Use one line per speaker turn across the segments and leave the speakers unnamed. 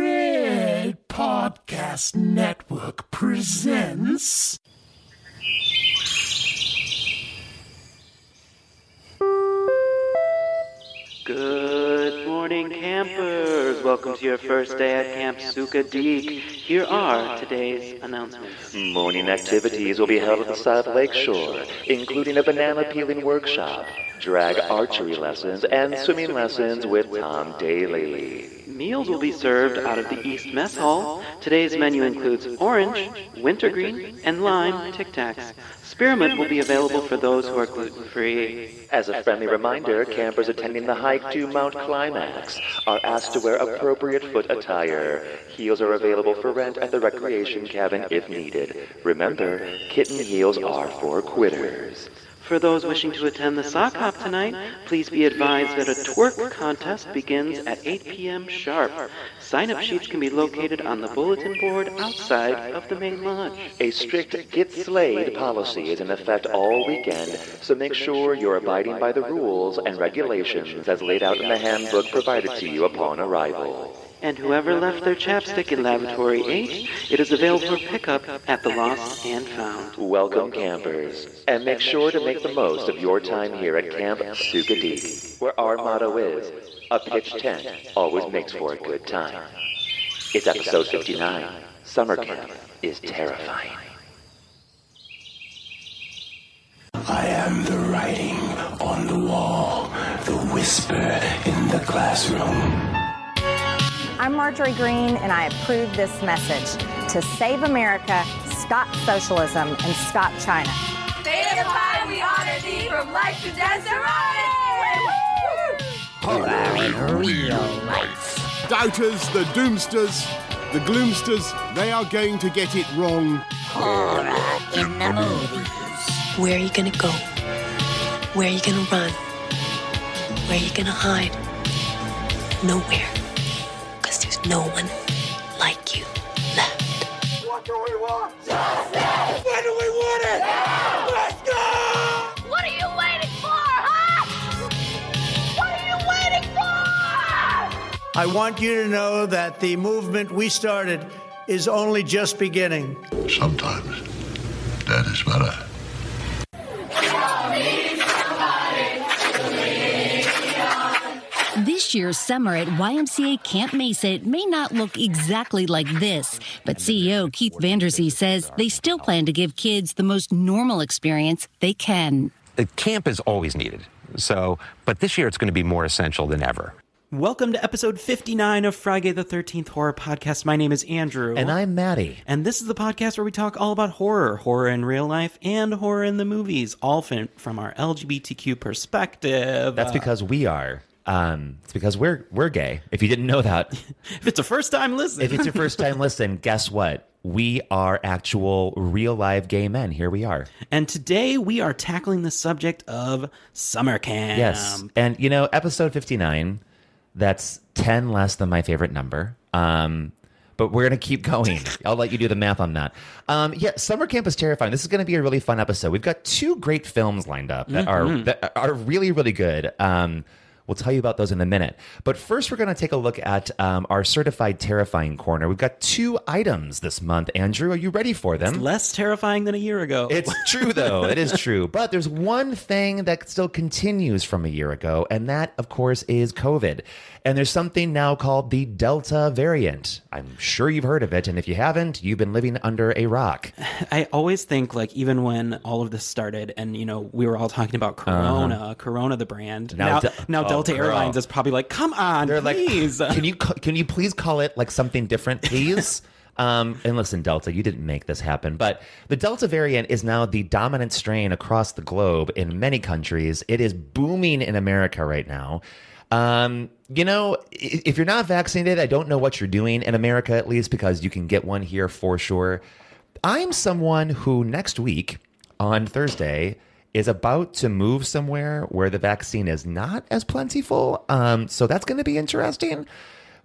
Dread Podcast Network presents.
Good morning, campers. Welcome to your first day at Camp Suka Deek. Here are today's announcements.
Morning activities will be held at the South Lake Shore, including a banana peeling workshop, drag archery lessons, and swimming lessons with Tom Daly.
Meals will be served out of the East Mess Hall. Today's menu includes orange, wintergreen, and lime Tic Tacs. Spearmint will be available for those who are gluten free.
As a friendly reminder, campers attending the hike to Mount Climax are asked to wear appropriate foot attire. Heels are available for rent at the recreation cabin if needed. Remember, kitten heels are for quitters.
For those wishing to attend the sock hop tonight, please be advised that a twerk contest begins at 8 p.m. sharp. Sign up sheets can be located on the bulletin board outside of the main lodge.
A strict get slayed policy is in effect all weekend, so make sure you're abiding by the rules and regulations as laid out in the handbook provided to you upon arrival.
And whoever left their chapstick in Lavatory 8, it is available for pickup at the Lost and Found.
Welcome, campers, and make sure to make the most of your time here at Camp Sukadee, where our motto is a pitch tent always makes for a good time. It's episode 59. Summer camp is terrifying.
I am the writing on the wall, the whisper in the classroom.
I'm Marjorie Green, and I approve this message to save America, stop socialism, and stop China.
Theta Pi, we honor thee from life to Desiree!
Doubters, the doomsters, the gloomsters, they are going to get it wrong.
Where are you gonna go? Where are you gonna run? Where are you gonna hide? Nowhere. Because there's no one like you left.
What are you waiting for, huh? What are you waiting for?
I want you to know that the movement we started is only just beginning.
Sometimes that is better.
This year's summer at YMCA Camp Mesa it may not look exactly like this, but CEO Keith Vanderzee says they still plan to give kids the most normal experience they can.
the camp is always needed. So, but this year it's going to be more essential than ever.
Welcome to episode 59 of Friday the 13th Horror Podcast. My name is Andrew.
And I'm Maddie.
And this is the podcast where we talk all about horror, horror in real life, and horror in the movies, all fin- from our LGBTQ perspective. Uh,
That's because we are. Um, it's because we're we're gay. If you didn't know that,
if it's a first time listen,
if it's your first time listen, guess what? We are actual real live gay men. Here we are.
and today we are tackling the subject of summer camp.
Yes. and you know, episode 59, that's 10 less than my favorite number. Um, but we're going to keep going. I'll let you do the math on that. Um, yeah, summer camp is terrifying. This is going to be a really fun episode. We've got two great films lined up that are that are really really good. Um, we'll tell you about those in a minute. But first, we're going to take a look at um, our certified terrifying corner. We've got two items this month. Andrew, are you ready for them?
Less terrifying than a year ago.
It's true, though. It is true. But there's one thing that still continues from a year ago, and that, of course, is COVID. And there's something now called the Delta variant. I'm sure you've heard of it. And if you haven't, you've been living under a rock.
I always think like even when all of this started and you know we were all talking about Corona, Corona the brand. Now
Uh-huh. Now
now,
Del- oh,
Delta
girl.
Airlines is probably like, come on,
They're
please.
like, can you, ca- can you please call it like something different, please? Um, and listen, Delta, you didn't make this happen, but the Delta variant is now the dominant strain across the globe in many countries. It is booming in America right now. Um, you know, i- if you're not vaccinated, I don't know what you're doing in America, at least because you can get one here for sure. I'm someone who next week on Thursday is about to move somewhere where the vaccine is not as plentiful. Um, so that's going to be interesting.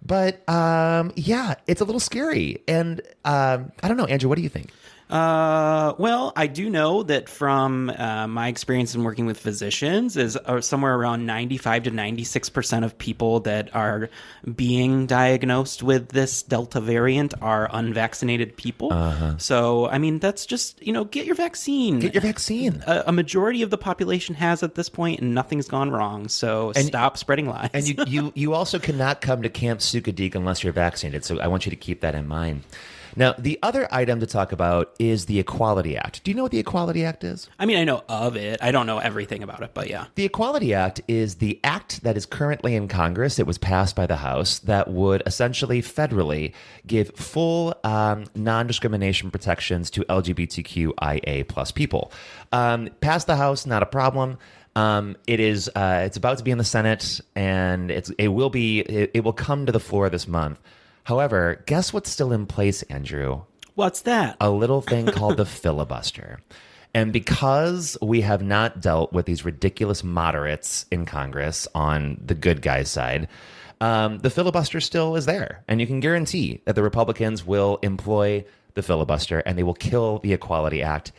But um, yeah, it's a little scary. And um, I don't know, Andrew, what do you think?
Uh, well, I do know that from uh, my experience in working with physicians is uh, somewhere around 95 to 96% of people that are being diagnosed with this Delta variant are unvaccinated people.
Uh-huh.
So, I mean, that's just, you know, get your vaccine. Get
your vaccine.
A, a majority of the population has at this point and nothing's gone wrong. So
And-
stop spreading lies.
And you, you, you also cannot come to Camp Sukadeek unless you're vaccinated. So I want you to keep that in mind. Now, the other item to talk about is the Equality Act. Do you know what the Equality Act is?
I mean, I know of it. I don't know everything about it, but yeah.
The Equality Act is the act that is currently in Congress. It was passed by the House that would essentially federally give full um, non discrimination protections to LGBTQIA plus people. Um, passed the House, not a problem. Um, it is. Uh, it's about to be in the Senate, and it's. It will be. It, it will come to the floor this month. However, guess what's still in place, Andrew?
What's that?
A little thing called the filibuster. And because we have not dealt with these ridiculous moderates in Congress on the good guys' side, um, the filibuster still is there. And you can guarantee that the Republicans will employ the filibuster and they will kill the Equality Act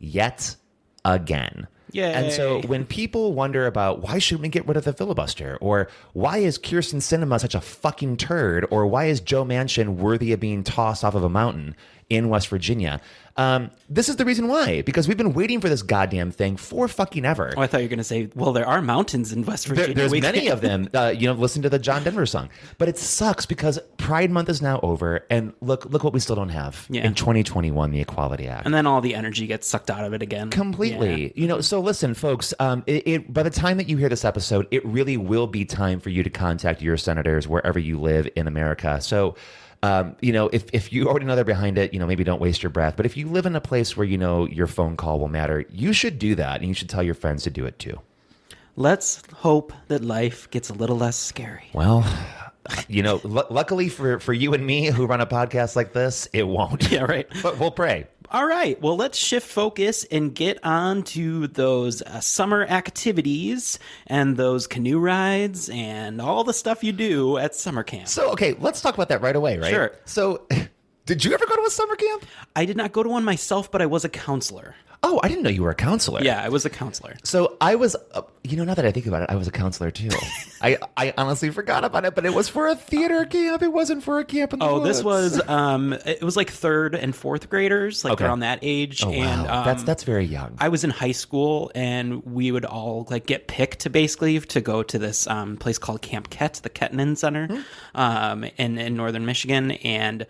yet again.
Yay.
And so when people wonder about why should we get rid of the filibuster or why is Kirsten Cinema such a fucking turd or why is Joe Manchin worthy of being tossed off of a mountain in West Virginia, um, this is the reason why because we've been waiting for this goddamn thing for fucking ever.
Oh, I thought you were going to say, well, there are mountains in West Virginia.
There- there's
We
many
can't-
of them. Uh, you know, listen to the John Denver song. But it sucks because Pride Month is now over, and look, look what we still don't have
Yeah.
in 2021: the Equality Act.
And then all the energy gets sucked out of it again.
Completely. You know, so listen, folks, um, it, it, by the time that you hear this episode, it really will be time for you to contact your senators wherever you live in America. So, um, you know, if, if you already know they're behind it, you know, maybe don't waste your breath. But if you live in a place where you know your phone call will matter, you should do that and you should tell your friends to do it too.
Let's hope that life gets a little less scary.
Well, you know, lu luckily for, for you and me who run a podcast like this, it won't.
Yeah, right.
But we'll pray.
All right. Well, let's shift focus and get on to those uh, summer activities and those canoe rides and all the stuff you do at summer camp.
So, okay, let's talk about that right away, right?
Sure.
So, did you ever go to a summer camp?
I did not go to one myself, but I was a counselor.
Oh, I didn't know you were a counselor.
Yeah, I was a counselor.
So I was, uh, you know, now that I think about it, I was a counselor too. I, I honestly forgot about it, but it was for a theater camp. It wasn't for a camp in the
Uh, Oh, this
woods.
was um, it was like third and fourth graders, like
Okay.
around that age.
Oh, wow.
and um,
that's that's very young.
I was in high school, and we would all like get picked to basically to go to this um, place called Camp Ket, the Kettinen Center,
Hmm.
um, in in northern Michigan, and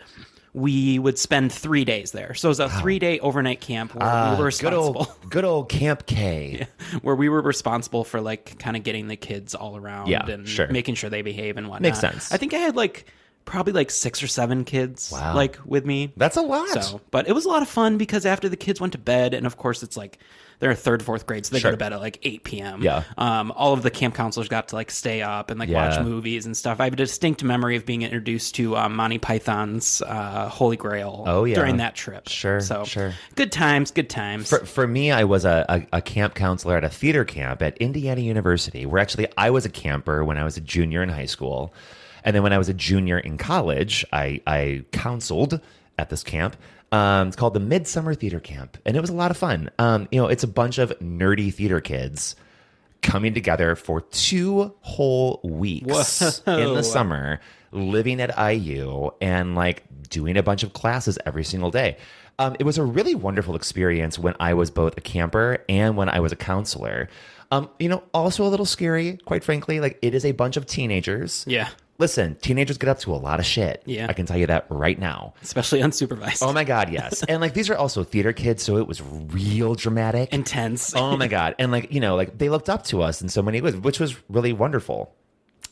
we would spend three days there. So it was a three day overnight camp where
Ah,
we were
good
responsible.
old good old Camp K.
Where we were responsible for like kind of getting the kids all around
Yeah,
and
sure.
making sure they behave and whatnot.
Makes sense.
I think I had like probably like six or seven kids
Wow.
like with me.
That's a lot.
So, but it was a lot of fun because after the kids went to bed, and of course it's like they're in third, fourth grade, so they
Sure.
go to bed at like eight p.m.
Yeah.
Um, all of the camp counselors got to like stay up and like
Yeah.
watch movies and stuff. I have a distinct memory of being introduced to um, Monty Python's uh, Holy Grail.
Oh, yeah.
During that trip.
Sure,
So
sure.
Good times. Good times.
For, for me, I was a, a, a camp counselor at a theater camp at Indiana University, where actually I was a camper when I was a junior in high school. And then when I was a junior in college, I, I counseled at this camp. Um, it's called the Midsummer Theater Camp, and it was a lot of fun. Um, you know, it's a bunch of nerdy theater kids coming together for two whole weeks in
Whoa.
the summer, living at IU and like doing a bunch of classes every single day. Um, it was a really wonderful experience when I was both a camper and when I was a counselor. Um, you know, also a little scary, quite frankly. Like, it is a bunch of teenagers.
Yeah.
Listen, teenagers get up to a lot of shit.
Yeah.
I can tell you that right now.
Especially unsupervised.
Oh my God, yes. and like, these are also theater kids, so it was real dramatic.
Intense.
oh my god and like you know like they looked up to us in so many ways which was really wonderful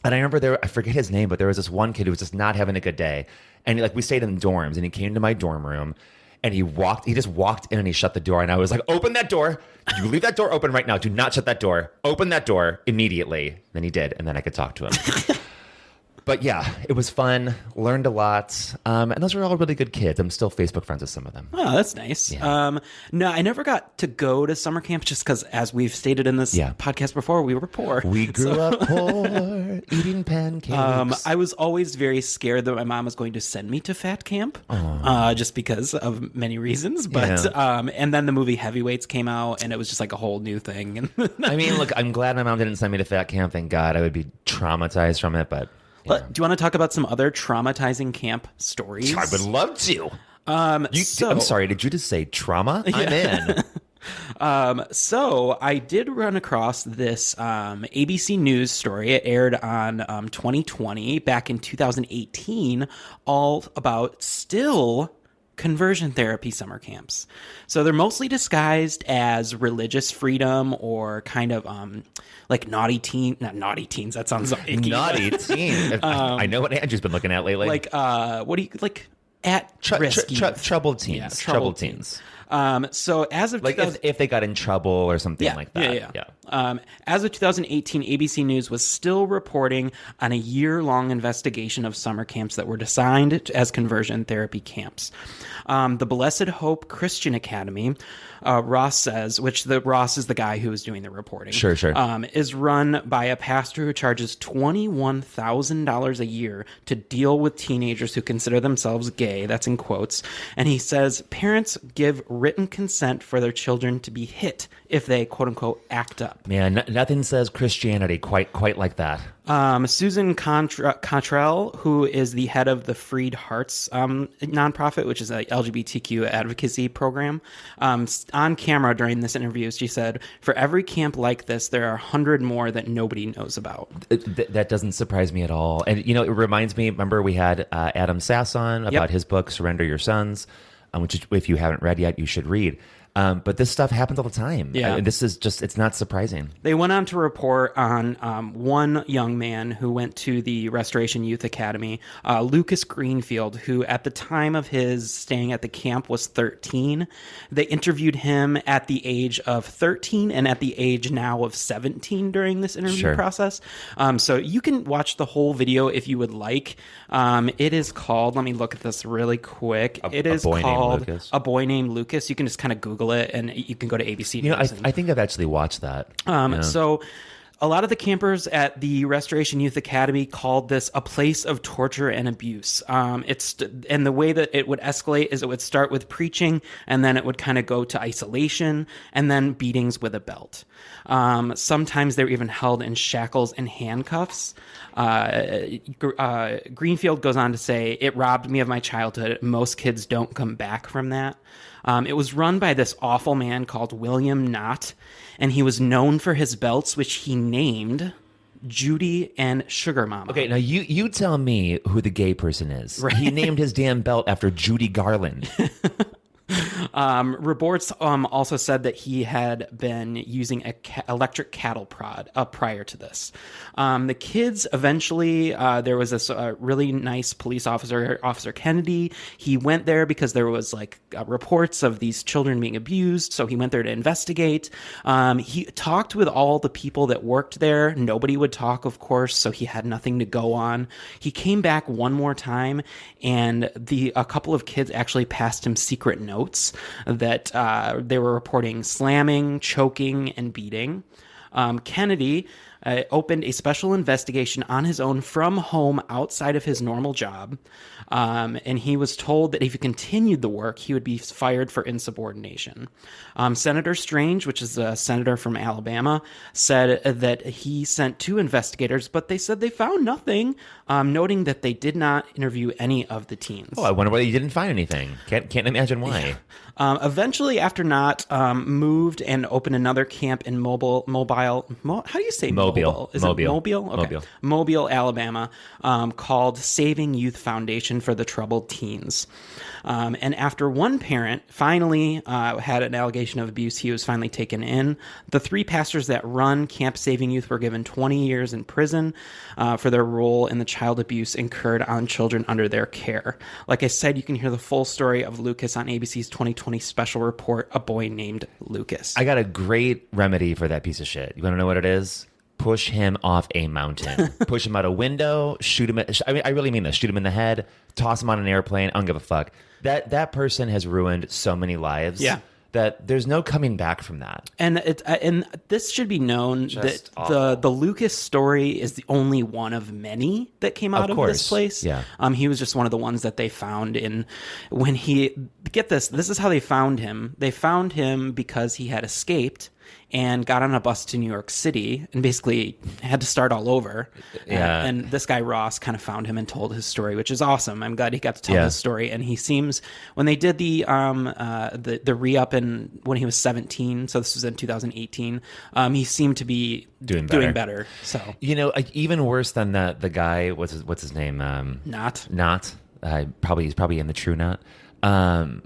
and i remember there i forget his name but there was this one kid who was just not having a good day and like we stayed in dorms and he came to my dorm room and he walked he just walked in and he shut the door and i was like open that door you leave that door open right now do not shut that door open that door immediately then he did and then i could talk to him But yeah, it was fun. Learned a lot, um, and those were all really good kids. I'm still Facebook friends with some of them.
Oh, that's nice. Um, no, I never got to go to summer camp just because, as we've stated in this
Yeah.
podcast before, we were poor.
We grew up poor, eating pancakes.
Um, I was always very scared that my mom was going to send me to fat camp, uh, just because of many reasons. But um, and then the movie Heavyweights came out, and it was just like a whole new thing. And
I mean, look, I'm glad my mom didn't send me to fat camp. Thank God, I would be traumatized from it. But
But do you want to talk about some other traumatizing camp stories?
I would love to.
Um,
you,
so-
I'm sorry. Did you just say trauma? I'm in.
um, so I did run across this um, ABC News story. It aired on um, 2020 back in 2018, all about still conversion therapy summer camps. So they're mostly disguised as religious freedom or kind of um, like naughty teen, not naughty teens. That sounds icky.
Naughty teen. I know what Andrew's been looking at lately.
Um, like uh, what do you like at
Tru- tru-
risk
tru-
youth.
troubled teens.
Yeah,
troubled,
troubled
teens.
Um, so as of
Like
2000
if, if they got in trouble or something
yeah,
like that.
Yeah, yeah. Um, as of 2018, ABC News was still reporting on a year long investigation of summer camps that were designed to- as conversion therapy camps. Um, the Blessed Hope Christian Academy, uh, Ross says, which the Ross is the guy who is doing the reporting.
Sure, sure.
Um, is run by a pastor who charges $21,000 a year to deal with teenagers who consider themselves gay. That's in quotes. And he says parents give written consent for their children to be hit if they, quote unquote, act up.
Man, n- nothing says Christianity quite quite like that.
Um, Susan Contra- Contrell, who is the head of the Freed Hearts um, nonprofit, which is a LGBTQ advocacy program, um, s- on camera during this interview, she said, "For every camp like this, there are a hundred more that nobody knows about."
It- th- that doesn't surprise me at all. And you know, it reminds me. Remember, we had uh, Adam Sass on about
Yep.
his book "Surrender Your Sons," um, which, is- if you haven't read yet, you should read. Um, but this stuff happens all the time.
Yeah.
Uh, this is just—it's not surprising.
They went on to report on um, one young man who went to the Restoration Youth Academy, uh, Lucas Greenfield, who at the time of his staying at the camp was 13. They interviewed him at the age of 13 and at the age now of 17 during this interview
Sure.
process. Um, so you can watch the whole video if you would like. Um, it is called, let me look at this really quick. it
A
is
Boy Named
called
Lucas.
A Boy Named Lucas. You can just kind of Google it and you can go to ABC
You know, I,
News and-
I think I've actually watched that.
um,
Yeah.
So, a lot of the campers at the Restoration Youth Academy called this a place of torture and abuse. Um, it's and the way that it would escalate is it would start with preaching, and then it would kind of go to isolation, and then beatings with a belt. Um, sometimes they're even held in shackles and handcuffs. Uh, Gr- uh, Greenfield goes on to say, "It robbed me of my childhood. Most kids don't come back from that." Um, it was run by this awful man called William Knott, and he was known for his belts, which he named Judy and Sugar Mama.
Okay, now you you tell me who the gay person is. He named his damn belt after Judy Garland.
Um, reports um, also said that he had been using a ca- electric cattle prod uh, prior to this. Um, the kids eventually, uh, there was this uh, really nice police officer, Officer Kennedy. He went there because there was like uh, reports of these children being abused, so he went there to investigate. Um, he talked with all the people that worked there. Nobody would talk, of course, so he had nothing to go on. He came back one more time, and the a couple of kids actually passed him secret notes that uh, they were reporting slamming, choking, and beating. Um, Kennedy uh, opened a special investigation on his own from home outside of his normal job. Um, and he was told that if he continued the work, he would be fired for insubordination. Um, senator Strange, which is a senator from Alabama, said that he sent two investigators, but they said they found nothing, um, noting that they did not interview any of the teens.
oh, I wonder why you didn't find anything. Can't can't imagine why.
Um, eventually, after Knott um, moved and opened another camp in Mobile, Mobile, Mo- how do you say
Mobile.
Is
Mobile.
it Mobile? Okay.
Mobile.
Mobile, Alabama, um, called Saving Youth Foundation for the Troubled Teens. Um, and after one parent finally uh, had an allegation of abuse, he was finally taken in. The three pastors that run Camp Saving Youth were given 20 years in prison uh, for their role in the child abuse incurred on children under their care. Like I said, you can hear the full story of Lucas on ABC's 2020 special report, A Boy Named Lucas.
I got a great remedy for that piece of shit. You want to know what it is? push him off a mountain, push him out a window, shoot him. At, I mean, I really mean this. Shoot him in the head, toss him on an airplane. I don't give a fuck. That that person has ruined so many lives.
Yeah.
That there's no coming back from that.
And it uh, and this should be known
Just
that
awful.
the the Lucas story is the only one of many that came
Of
out of,
course,
this place.
yeah.
Um, he was just one of the ones that they found in when he get this. This is how they found him. They found him because he had escaped and got on a bus to New York City and basically had to start all over. Uh,
Yeah.
And, and this guy Ross kind of found him and told his story, which is awesome. I'm glad he got to tell
Yeah.
his story. And he seems when they did the um uh the the re up in when he was 17, so this was in 2018. Um, he seemed to be
Doing
doing
better.
better. So
You know, like, even worse than the the guy. What's his, what's his name? Um,
Knot.
Not. Uh, probably he's probably in the true knot. Um,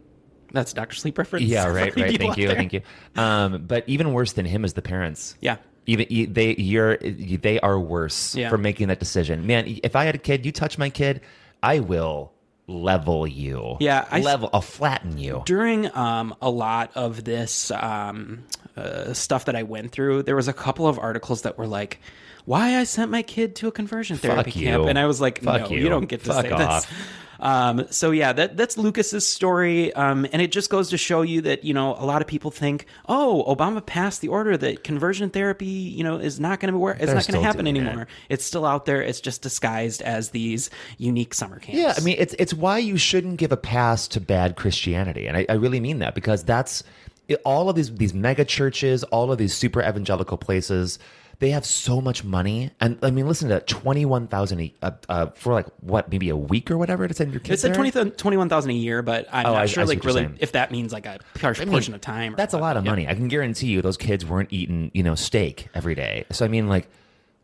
that's Doctor Sleep reference.
Yeah,
for
right,
you
right. Thank
out
you,
there.
thank you. Um, but even worse than him is the parents.
Yeah.
Even e- they, you're e, they are worse
Yeah.
for making that decision. Man, if I had a kid, you touch my kid, I will level you.
Yeah, I s-
level, I'll flatten you.
During um, a lot of this um, uh, stuff that I went through, there was a couple of articles that were like, "Why I sent my kid to a conversion therapy
Fuck you.
camp," and I was like,
Fuck
"No,
you.
you. don't get to
Fuck
say
off.
this." Um, so yeah, that that's Lucas's story, um, and it just goes to show you that you know a lot of people think, "Oh, Obama passed the order that conversion therapy, you know, is not going to work. It's
They're
not going
still
to happen
doing
anymore. It's still out there. It's just disguised as these unique summer camps."
Yeah, I mean, it's it's why you shouldn't give a pass to bad Christianity, and I, I really mean that because that's it, all of these these mega churches, all of these super evangelical places. They have so much money, and I mean, listen to that twenty one thousand uh, uh, for like what, maybe a week or whatever to send your kids.
It said
there?
20, 21,000 a year, but I'm
Oh,
not
I- I
sure,
see what
like,
you're
really,
saying.
if that means like a harsh
I mean,
portion of time. Or,
That's a lot of money. I can guarantee you those kids weren't eating, you know, steak every day. So I mean like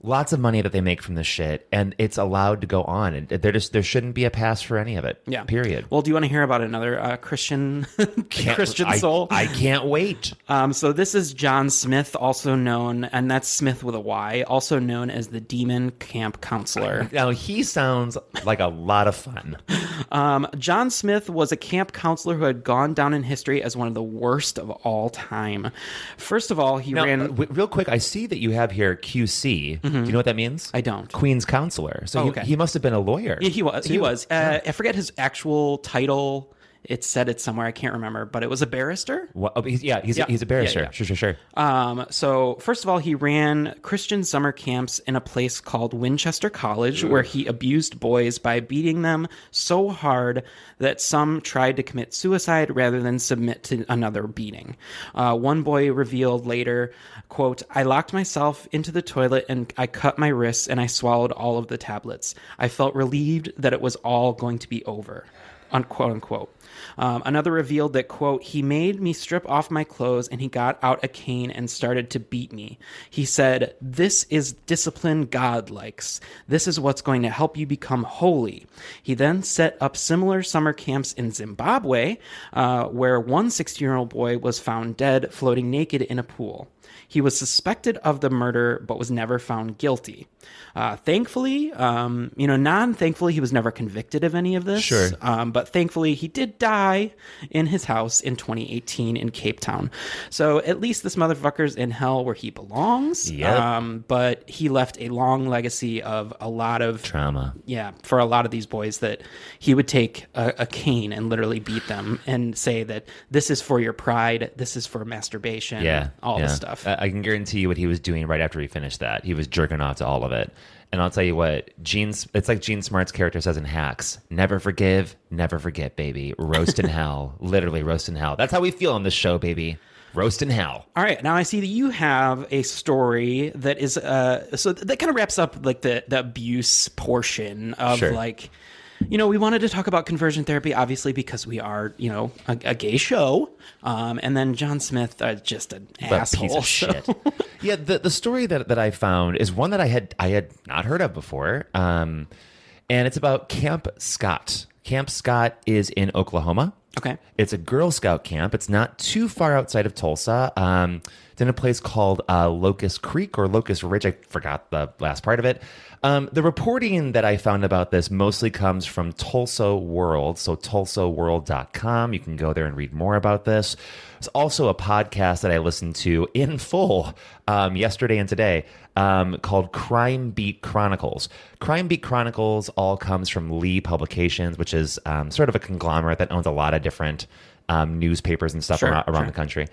lots of money that they make from this shit and it's allowed to go on and there just there shouldn't be a pass for any of it.
Yeah.
Period.
well, do you want to hear about another uh, Christian Christian
I-
soul?
I can't wait.
Um, so this is John Smith, also known, and that's Smith with a Y, also known as the Demon Camp Counselor.
Now he sounds like a lot of fun.
Um, John Smith was a camp counselor who had gone down in history as one of the worst of all time. First of all, he
Now,
ran.
uh, w- real quick, I see that you have here QC. Do you know what that means? I
Mm-hmm. don't.
Queen's counselor. So
Oh,
he,
okay.
he must have been a lawyer.
Yeah, he was. He
too.
was. Uh, I forget his actual title. It said it somewhere. I can't remember, but it was a barrister.
Wha- oh, he's, yeah, he's,
Yeah.
A, he's a
Yeah,
barrister.
yeah.
Sure, sure, sure.
Um, so first of all, he ran Christian summer camps in a place called Winchester College, where he abused boys by beating them so hard that some tried to commit suicide rather than submit to another beating. Uh, one boy revealed later, "quote I locked myself into the toilet and I cut my wrists and I swallowed all of the tablets. I felt relieved that it was all going to be over." unquote unquote. Um, another revealed that quote he made me strip off my clothes and he got out a cane and started to beat me. He said, "This is discipline God likes. This is what's going to help you become holy." He then set up similar summer camps in Zimbabwe, uh, where one 16-year-old boy was found dead, floating naked in a pool. He was suspected of the murder, but was never found guilty. Uh, thankfully, um, you know, non thankfully, he was never convicted of any of this.
Sure.
Um, but thankfully, he did die in his house in 2018 in Cape Town. So at least this motherfucker's in hell where he belongs.
Yep.
Um, but he left a long legacy of a lot of
trauma.
Yeah, for a lot of these boys, that he would take a, a cane and literally beat them and say that this is for your pride, this is for masturbation,
yeah,
all
yeah. Uh,
this stuff.
I, I can guarantee you what he was doing right after he finished that. He was jerking off to all of it. And I'll tell you what, Gene's it's like Gene Smart's character says in Hacks: "Never forgive, never forget, baby. Roast in hell, literally roast in hell. That's how we feel on this show, baby. Roast in hell."
All right, now I see that you have a story that is uh so th- that kind of wraps up like the the abuse portion of
Sure.
like you know, we wanted to talk about conversion therapy obviously because we are, you know, a, a gay show. Um and then John Smith uh, just an asshole.
piece of
so-
shit. yeah, the the story that, that I found is one that I had I had not heard of before. Um, and it's about Camp Scott. Camp Scott is in Oklahoma.
Okay.
It's a Girl Scout camp. It's not too far outside of Tulsa. Um, it's in a place called uh, Locust Creek or Locust Ridge. I forgot the last part of it. Um, the reporting that I found about this mostly comes from Tulsa World. So, tulsaworld.com. You can go there and read more about this. It's also a podcast that I listened to in full um, yesterday and today. um, called Crime Beat Chronicles. Crime Beat Chronicles all comes from Lee Publications, which is um, sort of a conglomerate that owns a lot of different um, newspapers and stuff
Sure,
around, around
sure.
the country.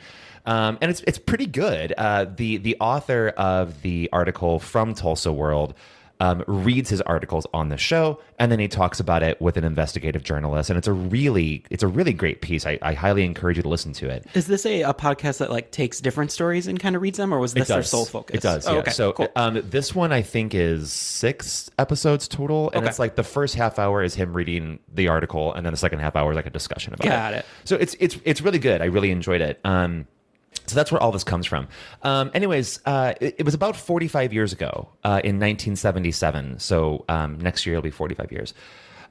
Um, and it's it's pretty good. Uh, the the author of the article from Tulsa World um, reads his articles on the show, and then he talks about it with an investigative journalist. And it's a really it's a really great piece. I, I highly encourage you to listen to it.
Is this a, a podcast that like takes different stories and kind of reads them, or was
It
this their
does.
sole focus?
It does.
Oh,
yeah.
okay,
so
cool.
um, this one I think is six episodes total, and
Okay.
it's like the first half hour is him reading the article, and then the second half hour is like a discussion about
Got it.
So it's it's it's really good. I really enjoyed it. Um, so that's where all this comes from. Um, anyways, uh, it, it was about 45 years ago uh, in 1977. So um, next year it'll be 45 years.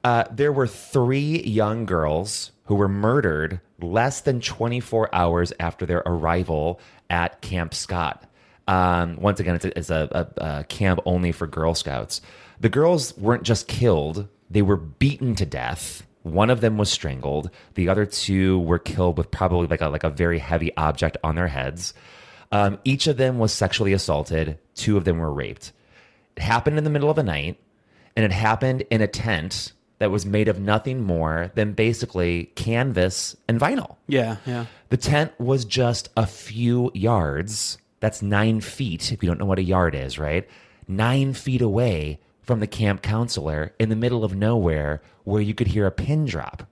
Uh, there were three young girls who were murdered less than 24 hours after their arrival at Camp Scott. Um, once again, it's, a, it's a, a, a camp only for Girl Scouts. The girls weren't just killed, they were beaten to death. One of them was strangled. The other two were killed with probably like a, like a very heavy object on their heads. Um, each of them was sexually assaulted. Two of them were raped. It happened in the middle of the night, and it happened in a tent that was made of nothing more than basically canvas and vinyl.
Yeah, yeah.
The tent was just a few yards. That's nine feet, if you don't know what a yard is, right? Nine feet away from the camp counselor in the middle of nowhere where you could hear a pin drop.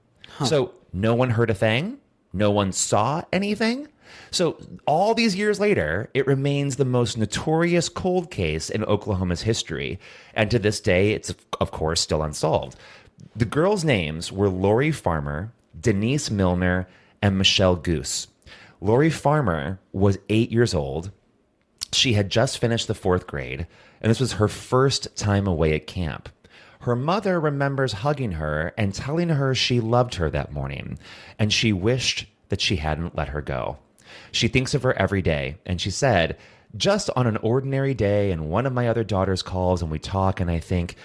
So no one heard a thing, no one saw anything. So all these years later, it remains the most notorious cold case in Oklahoma's history. And to this day, it's of course still unsolved. The girls' names were Lori Farmer, Denise Milner, and Michelle Goose. Lori Farmer was eight years old. She had just finished the fourth grade, and this was her first time away at camp. Her mother remembers hugging her and telling her she loved her that morning, and she wished that she hadn't let her go. She thinks of her every day, and she said, Just on an ordinary day, and one of my other daughters calls and we talk, and I think,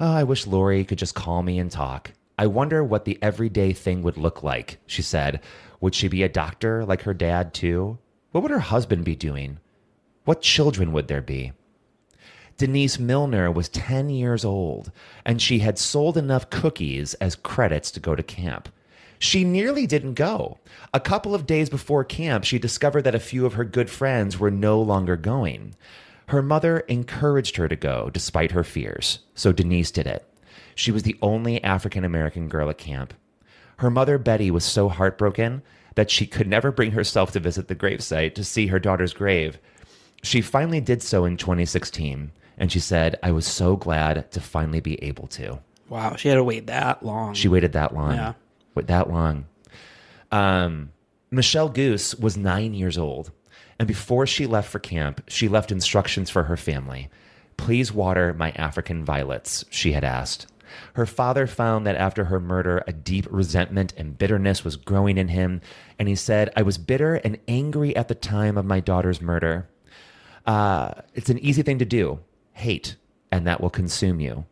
Oh, I wish Lori could just call me and talk. I wonder what the everyday thing would look like, she said. Would she be a doctor like her dad, too? What would her husband be doing? What children would there be? Denise Milner was 10 years old, and she had sold enough cookies as credits to go to camp. She nearly didn't go. A couple of days before camp, she discovered that a few of her good friends were no longer going. Her mother encouraged her to go despite her fears, so Denise did it. She was the only African American girl at camp. Her mother, Betty, was so heartbroken that she could never bring herself to visit the gravesite to see her daughter's grave. She finally did so in 2016, and she said, I was so glad to finally be able to.
Wow, she had to wait that long.
She waited that long.
Yeah.
Wait that long. Um, Michelle Goose was nine years old. And before she left for camp, she left instructions for her family. Please water my African violets, she had asked. Her father found that after her murder, a deep resentment and bitterness was growing in him. And he said, I was bitter and angry at the time of my daughter's murder. Uh, it's an easy thing to do hate, and that will consume you.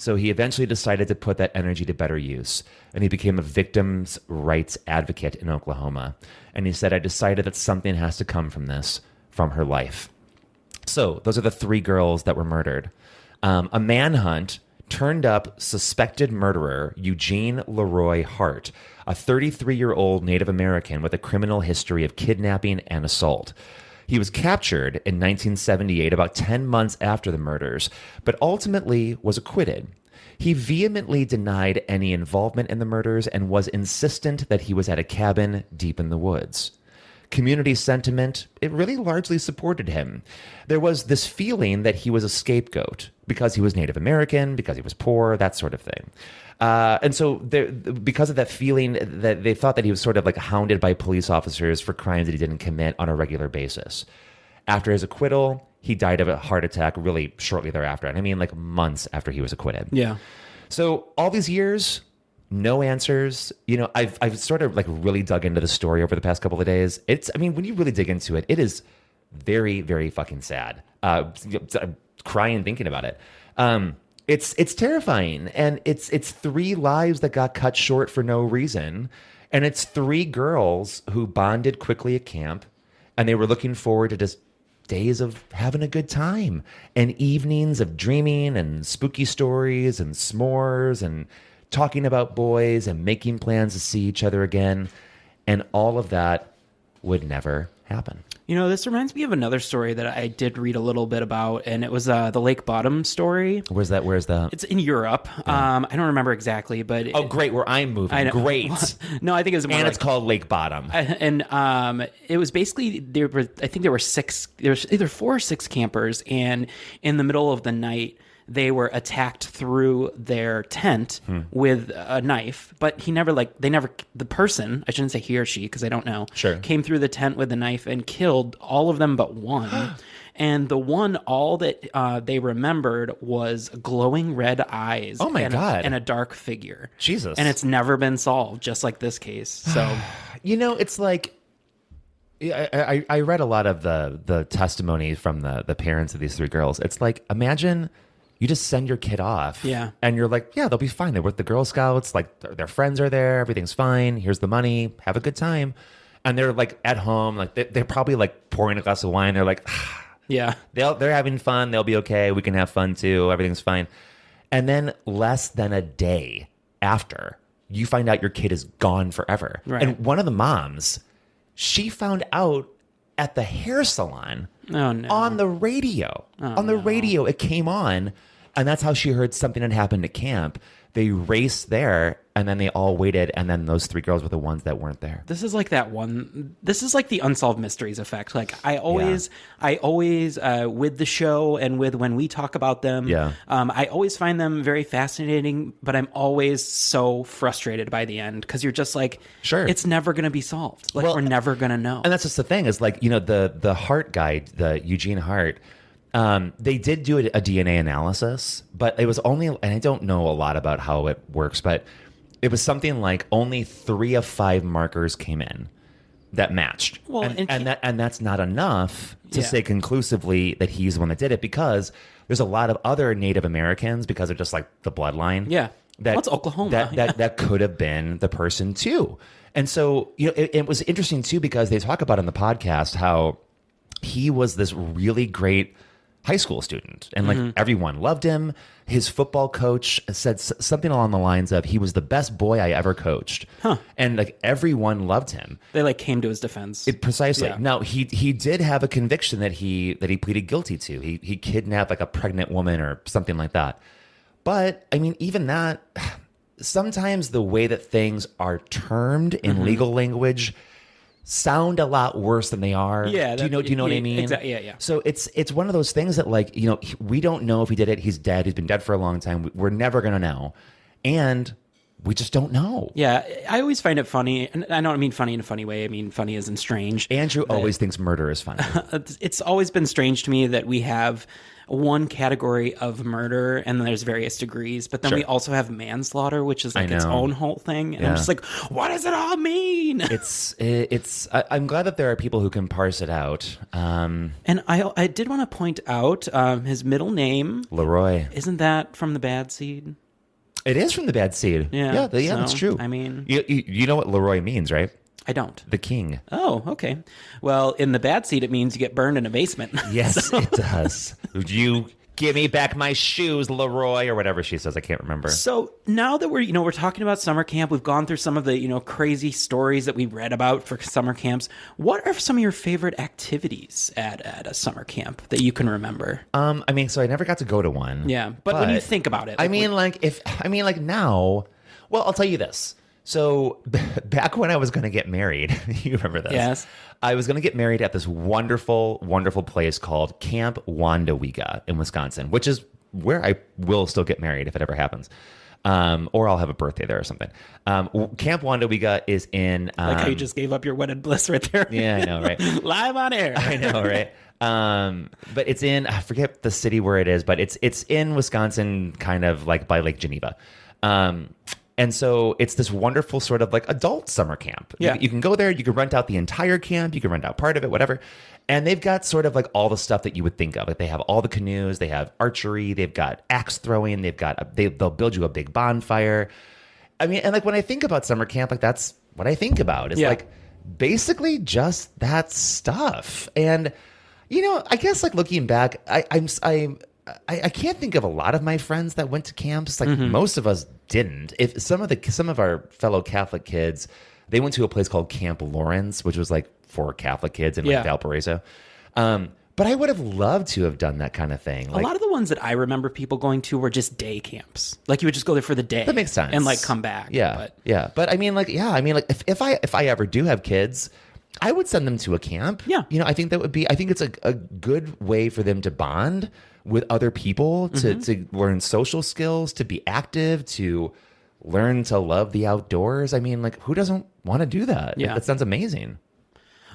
So he eventually decided to put that energy to better use, and he became a victims' rights advocate in Oklahoma. And he said, I decided that something has to come from this, from her life. So those are the three girls that were murdered. Um, a manhunt turned up suspected murderer Eugene Leroy Hart, a 33 year old Native American with a criminal history of kidnapping and assault. He was captured in 1978, about 10 months after the murders, but ultimately was acquitted. He vehemently denied any involvement in the murders and was insistent that he was at a cabin deep in the woods community sentiment, it really largely supported him. There was this feeling that he was a scapegoat because he was Native American, because he was poor, that sort of thing. Uh, and so, there, because of that feeling, that they thought that he was sort of like hounded by police officers for crimes that he didn't commit on a regular basis. After his acquittal, he died of a heart attack really shortly thereafter. And I mean, like months after he was acquitted.
Yeah.
So all these years, no answers. You know, I've I've sort of like really dug into the story over the past couple of days. It's I mean, when you really dig into it, it is very very fucking sad. Uh, I'm crying thinking about it. Um, it's it's terrifying, and it's it's three lives that got cut short for no reason, and it's three girls who bonded quickly at camp, and they were looking forward to just days of having a good time and evenings of dreaming and spooky stories and s'mores and talking about boys and making plans to see each other again. And all of that would never happen.
You know, this reminds me of another story that I did read a little bit about, and it was uh, the Lake Bottom story.
Where's that? Where's that?
It's in Europe. Um, I don't remember exactly, but
Uh-huh. oh, great, where I'm moving.
I know-
Great.
no, I think it was.
and
more like-
it's called Lake Bottom.
I- and um, it was basically there were I think there were six there was either four or six campers, and in the middle of the night they were attacked through their tent
Hmm.
with a knife. But he never like they never the person I shouldn't say he or she because I don't know
Sure.
came through the tent with a knife and killed all of them but one. And the one, all that uh, they remembered was glowing red eyes.
Oh my
and a-
God.
and a dark figure.
Jesus.
And it's never been solved, just like this case. So
You know, it's like yeah, I, I I read a lot of the the testimony from the the parents of these three girls. It's like imagine you just send your kid off,
Yeah.
and you're like, yeah, they'll be fine. They're with the Girl Scouts, like their, their friends are there, everything's fine. Here's the money, have a good time, and they're like at home, like they, they're probably like pouring a glass of wine. They're like,
yeah,
they'll they're having fun. They'll be okay. We can have fun too. Everything's fine. And then less than a day after, you find out your kid is gone forever.
Right.
And one of the moms, she found out at the hair salon
Oh, no. Oh,
on the radio. on the radio, it came on, and that's how she heard something had happened at camp. They raced there, and then they all waited, and then those three girls were the ones that weren't there.
This is like that one. This is like the unsolved mysteries effect. Like I always, I always uh, with the show and with when we talk about them.
Yeah.
Um, I always find them very fascinating, but I'm always so frustrated by the end because you're just like,
sure,
it's never going to be solved. Like we're never going to know.
And that's just the thing is like you know the the Hart guy, the Eugene Hart. Um, they did do a, a DNA analysis, but it was only, and I don't know a lot about how it works, but it was something like only three of five markers came in that matched.
Well,
and,
and-
and that and that's not enough to
Yeah.
say conclusively that he's the one that did it because there's a lot of other Native Americans because they're just like the bloodline.
Yeah.
that
What's Oklahoma?
That that, that could have been the person too. And so you know, it, it was interesting too because they talk about in the podcast how he was this really great high school student and like
Mhm.
everyone loved him his football coach said s- something along the lines of he was the best boy i ever coached and like everyone loved him
they like came to his defense.
it precisely.
Yeah.
Now he he did have a conviction that he that he pleaded guilty to. He he kidnapped like a pregnant woman or something like that. But I mean, even that sometimes the way that things are termed in
Mhm.
legal language sound a lot worse than they are.
Yeah,
do you
that-
know? Do you know what
yeah,
I mean?
exact- yeah, yeah.
So it's it's one of those things that like you know he- we don't know if he did it. He's dead. He's been dead for a long time. We- We're never gonna know, and we just don't know.
Yeah, I always find it funny, and I don't mean funny in a funny way. I mean funny as in strange.
Andrew Always thinks murder is fine.
it's uh, it's always been strange to me that we have one category of murder and then there's various degrees, but then
Sure.
we also have manslaughter, which is
I
like its
know.
own whole thing. And
Yeah.
I'm just like, what does it all mean?
it's it- it's I, i'm glad that there are people who can parse it out um
And I I did want to point out um, his middle name
leroy
isn't that from the Bad Seed?
it is from the bad seed
Yeah,
yeah, the- yeah
so,
that's true
I mean-
you, you, you know what leroy means right
i don't
the king
Oh, okay. Well, in the Bad Seed, it means you get burned in a basement.
yes it does you give me back my shoes leroy or whatever she says i can't remember
So now that we're you know we're talking about summer camp, we've gone through some of the you know crazy stories that we read about for summer camps. What are some of your favorite activities at at a summer camp that you can remember?
um i mean so i never got to go to one
Yeah, but, when you think about it,
I
like,
mean, like if I mean, like now. Well, I'll tell you this. So back when I was going to get married, you remember this?
Yes.
I was going to get married at this wonderful, wonderful place called Camp Wandawega in Wisconsin, which is where I will still get married if it ever happens. Um, or I'll have a birthday there or something. Um, w- Camp Wandawega is in. Um,
like how you just gave up your wedded bliss right there.
Yeah, I know, right?
Live on air.
I know, right? Um, but it's in I forget the city where it is, but it's it's in Wisconsin, kind of like by Lake Geneva. Um, and so it's this wonderful sort of like adult summer camp. You-
Yeah.
you, can go there. You can rent out the entire camp. You can rent out part of it, whatever. And they've got sort of like all the stuff that you would think of. Like they have all the canoes. They have archery. They've got axe throwing. They've got a, they they'll build you a big bonfire. I mean, and like when I think about summer camp, like that's what I think about. It's
Yeah.
like basically just that stuff. And You know, I guess like looking back, I, I'm s- I, I I can't think of a lot of my friends that went to camps. Like
Mhm.
most of us didn't. If some of the some of our fellow Catholic kids, they went to a place called Camp Lawrence, which was like for Catholic kids in
Yeah.
like Valparaiso. Um, but I would have loved to have done that kind of thing. Like,
a lot of the ones that I remember people going to were just day camps. Like you would just go there for the day. That makes sense. And like come back.
Yeah,
But
yeah. But I mean, like, yeah. I mean, like, if, if I if I ever do have kids, I would send them to a camp. Yeah. You know, I think that would be. I think it's a, a good way for them to bond with other people, to
Mm-hmm.
to learn social skills, to be active, to learn to love the outdoors. I mean, like, who doesn't want to do that? Like,
Yeah.
that sounds amazing.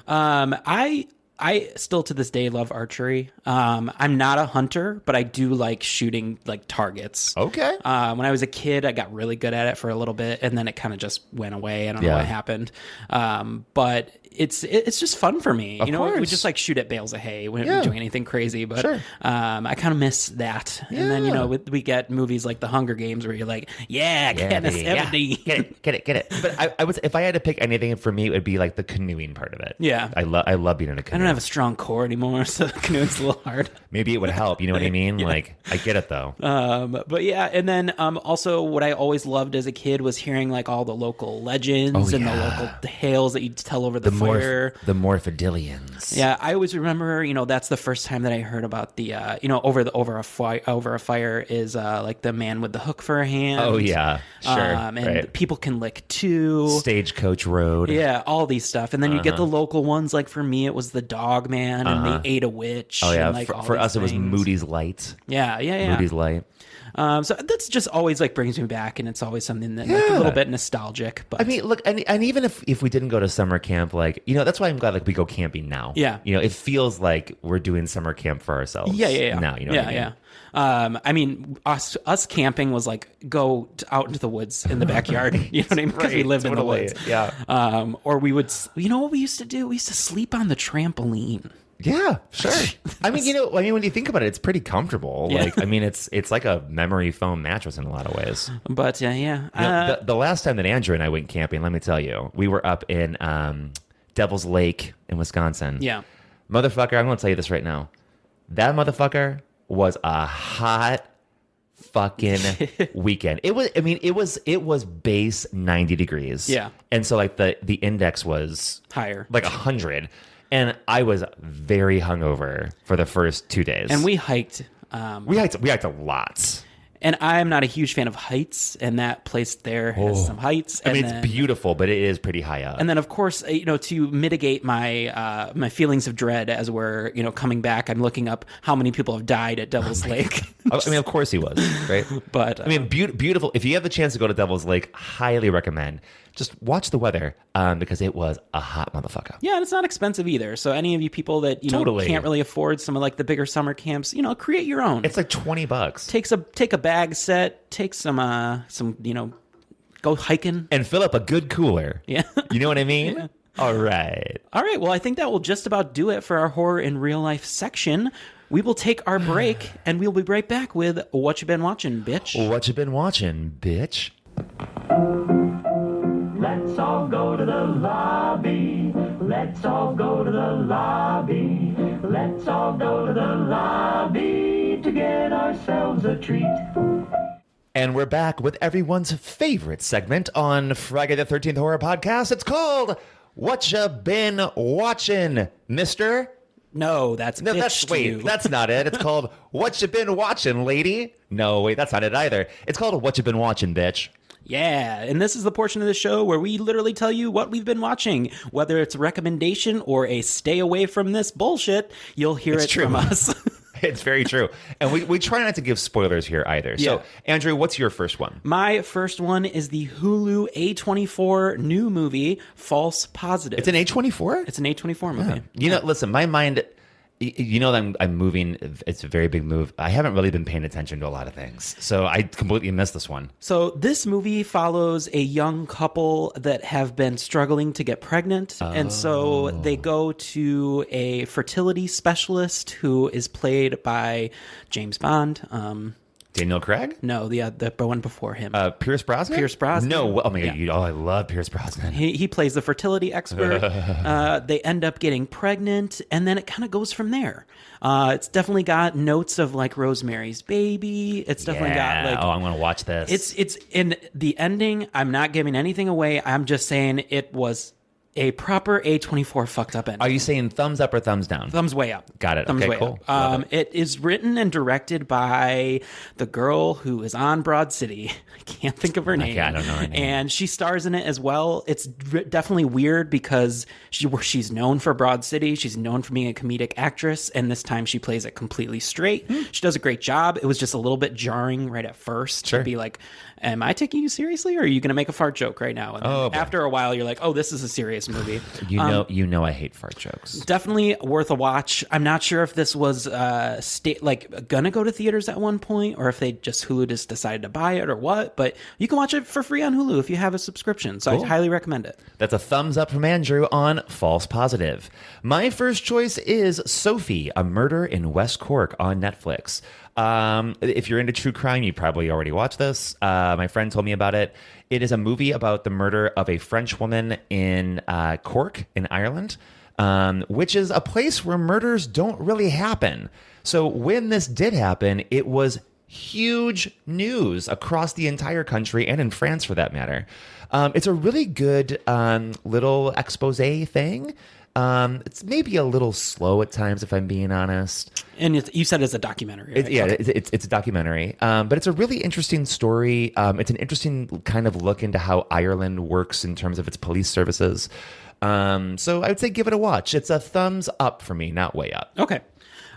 um I I still to this day love archery. Um I'm not a hunter, but I do like shooting like targets.
Okay.
Uh, when I was a kid, I got really good at it for a little bit, and then it kind of just went away. I don't know
Yeah.
what happened, um, but it's it- it's just fun for me.
Of
you know, we
course.
just like shoot at bales of hay. We
Yeah.
didn't do anything crazy, but
Sure.
um, I kind of miss that. And then you
Yeah.
know, with, we get movies like The Hunger Games where you're like, yeah, get us
baby, yeah.
everything.
Get it, get it, get it. But I, I was if I had to pick anything for me, it would be like the canoeing part of it.
Yeah.
I love I love being in a
I
canoe.
don't have a strong core anymore, so canoeing's a little hard.
Maybe it would help. You know what I mean? Like, I get it though.
Um, but yeah, and then um, also what I always loved as a kid was hearing like all the local legends
Oh,
and the
yeah.
local tales that you'd tell over the,
morph-
fire.
the Morphidilians.
Yeah, I always remember. You know, that's the first time that I heard about the. Uh, you know, over the over a fire over a fire is uh, like the man with the hook for a hand.
Oh yeah, sure.
Um, and
right.
people can lick too.
Stagecoach Road.
Yeah, all these stuff, and then you get
Uh-huh.
the local ones. Like for me, it was the dog man,
Uh-huh.
and they ate a witch.
Oh yeah.
and, like,
for
all
for
these
us, it was
things.
Moody's Light.
Yeah, yeah, yeah.
Moody's Light.
Um, so that's just always like brings me back, and it's always something that like, a
Yeah.
little bit nostalgic. But
I mean, look, and, and even if if we didn't go to summer camp, like you know, that's why I'm glad like we go camping now.
Yeah.
You know, it feels like we're doing summer camp for ourselves.
yeah, yeah, yeah.
Now you know.
yeah,
what I mean?
yeah. Um, I mean, us us camping was like go t- out into the woods in the backyard. You know what I mean? Because we
Right,
lived
totally,
in the woods.
yeah.
Um, or we would, s- you know, what we used to do? We used to sleep on the trampoline.
Yeah, sure. I mean, you know, I mean, when you think about it, it's pretty comfortable.
Yeah.
Like, I mean, it's it's like a memory foam mattress in a lot of ways.
But uh, yeah,
You know,
uh,
the, the last time that Andrew and I went camping, let me tell you, we were up in um, Devil's Lake in Wisconsin.
Yeah.
Motherfucker, I'm going to tell you this right now. That motherfucker was a hot fucking weekend. It was I mean, it was it was base 90 degrees.
Yeah.
And so like the the index was
higher.
like 100 and I was very hungover for the first 2 days.
and we hiked. Um,
we hiked we hiked a lot.
and I'm not a huge fan of heights, and that place there has
Oh.
some heights.
I mean,
and then-
it's beautiful, but it is pretty high up.
And then, of course, uh, you know, to mitigate my uh, my feelings of dread as we're you know coming back, I'm looking up how many people have died at
Oh
Devil's Lake.
I I mean, of course he was, right?
But uh,
I mean, beau- beautiful. If you have the chance to go to Devil's Lake, highly recommend. Just watch the weather um, because it was a hot motherfucker.
yeah, and it's not expensive either. So any of you people that you know
Totally.
can't really afford some of like the bigger summer camps, you know, create your own.
It's like twenty bucks.
Takes a take a bag set, take some uh some you know, go hiking.
And fill up a good cooler.
Yeah.
You know what I mean? All right.
All right. Well, I think that will just about do it for our horror in real life section. We will take our break, and we'll be right back with what you been watching, bitch.
What you been watching, bitch?
Let's all go to the lobby. Let's all go to the lobby. Let's all go to the lobby to get ourselves a treat.
And we're back with everyone's favorite segment on Friday the 13th Horror Podcast. It's called What You Been Watching, Mister?
No, that's
no, that's
bitch to
wait,
you.
that's not it. It's called What You Been Watching, Lady? No, wait, that's not it either. It's called What You Been Watching, Bitch.
Yeah, and this is the portion of the show where we literally tell you what we've been watching, whether it's a recommendation or a stay away from this bullshit. You'll hear it from us.
it's very true. And we, we try not to give spoilers here either.
Yeah.
So, Andrew, what's your first one?
My first one is the Hulu A24 new movie, False Positive. It's
an A24?
It's an A24 movie.
You know, listen, my mind, y- you know, that I'm, I'm moving. It's a very big move. I haven't really been paying attention to a lot of things. So I completely missed this one.
So this movie follows a young couple that have been struggling to get pregnant, and so they go to a fertility specialist who is played by James Bond. Um,
Daniel Craig?
No, the uh, the one before him.
Uh, Pierce Brosnan.
Pierce Brosnan.
No, oh my god, you, oh, I love Pierce Brosnan.
He, he plays the fertility expert. uh, they end up getting pregnant, and then it kind of goes from there. Uh, it's definitely got notes of like Rosemary's Baby. It's definitely
yeah.
got like
oh, I'm gonna watch this.
it's it's in the ending. I'm not giving anything away. I'm just saying it was a proper A24 fucked up ending.
Are you saying thumbs up or thumbs down?
Thumbs way up.
Got it.
Thumbs
okay,
way
cool.
up. Um, it is written and directed by the girl who is on Broad City. I can't think of her name.
I don't know her name.
And she stars in it as well. It's dr- definitely weird because she where she's known for Broad City. She's known for being a comedic actress, and this time she plays it completely straight.
Hmm.
She does a great job. It was just a little bit jarring right at first to be like, "Am I taking you seriously, or are you going to make a fart joke right now?" And then
Oh, boy.
after a while, you're like, "Oh, this is a serious movie."
You
Um,
know, you know, I hate fart jokes.
definitely worth a watch. I'm not sure if this was uh state like gonna go to theaters at one point or if they just Hulu just decided to buy it or what, but you can watch it for free on Hulu if you have a subscription. So
Cool.
I highly recommend it.
That's a thumbs up from Andrew on False Positive. My first choice is Sophie, A Murder in West Cork on Netflix. Um, if you're into true crime, you probably already watched this. Uh, my friend told me about it. It is a movie about the murder of a French woman in uh, Cork, in Ireland, um, which is a place where murders don't really happen. So when this did happen, it was huge news across the entire country and in France for that matter. Um, it's a really good um, little expose thing. Um, it's maybe a little slow at times, if I'm being honest.
And it's, you said it's a documentary.
It,
right?
yeah,
Okay.
it's, it's, it's a documentary, um, but it's a really interesting story. Um, it's an interesting kind of look into how Ireland works in terms of its police services. Um, so I would say give it a watch. It's a thumbs up for me, not way up.
Okay.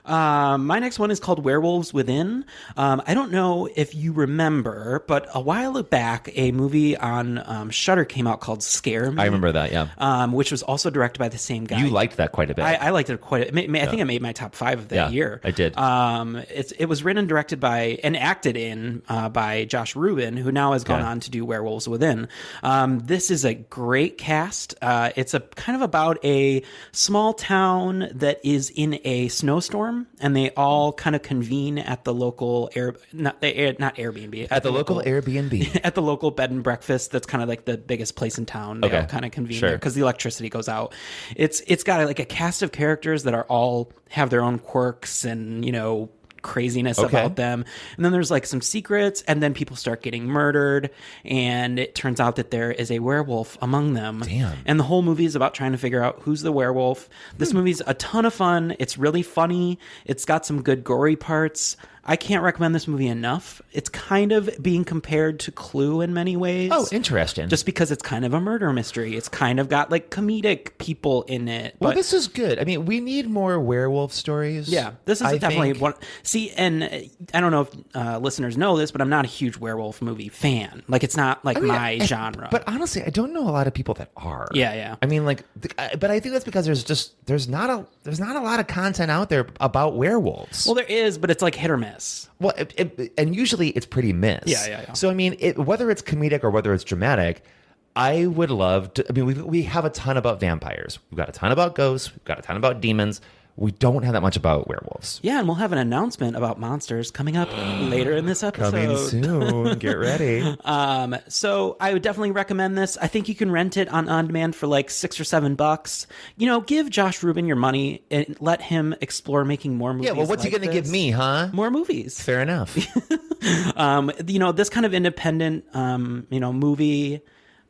Um, my next one is called Werewolves Within. Um, I don't know if you remember, but a while back, a movie on um, Shutter came out called Scare Me.
I remember that. Yeah,
Um, which was also directed by the same guy.
you liked that quite a bit.
I, I liked it quite. A, ma- ma- I think I made my top five of that
Yeah,
year.
I did. Uh,
Um, it's it was written and directed by and acted in uh, by Josh Rubin, who now has gone
Yeah.
on to do Werewolves Within. Um, this is a great cast. Uh, it's a kind of about a small town that is in a snowstorm, and they all kind of convene at the local air not the air, not Airbnb
at the local Airbnb.
at the local bed and breakfast that's kind of like the biggest place in town they
Okay.
all kind of convene
Sure.
there because the electricity goes out it's it's got like a cast of characters that are all have their own quirks and you know craziness
Okay.
about them and then there's like some secrets and then people start getting murdered and it turns out that there is a werewolf among them
Damn.
and the whole movie is about trying to figure out who's the werewolf this
Hmm.
movie's a ton of fun it's really funny it's got some good gory parts I can't recommend this movie enough. It's kind of being compared to Clue in many ways.
Oh, interesting.
Just because it's kind of a murder mystery. It's kind of got like comedic people in it.
well,
but-
this is good. I mean, we need more werewolf stories.
yeah, this is
I
definitely
think.
one. See, and uh, I don't know if uh, listeners know this, but I'm not a huge werewolf movie fan. Like, it's not like
I mean,
my
I-
genre.
But honestly, I don't know a lot of people that are.
Yeah, yeah.
I mean, like, th- I- but I think that's because there's just there's not a there's not a lot of content out there about werewolves.
well, there is, but it's like hit or miss.
Well, it, it, and usually it's pretty miss.
Yeah, yeah, yeah.
So I mean, it, whether it's comedic or whether it's dramatic, I would love to. I mean, we we have a ton about vampires. We've got a ton about ghosts. We've got a ton about demons. We don't have that much about werewolves.
Yeah, and we'll have an announcement about monsters coming up later in this episode.
Coming soon. Get ready.
Um, so I would definitely recommend this. I think you can rent it on on demand for like six or seven bucks. You know, give Josh Rubin your money and let him explore making more movies.
Yeah. Well, what's he
like
gonna give
this.
me, huh?
More movies.
Fair enough.
Um, you know, this kind of independent, um, you know, movie.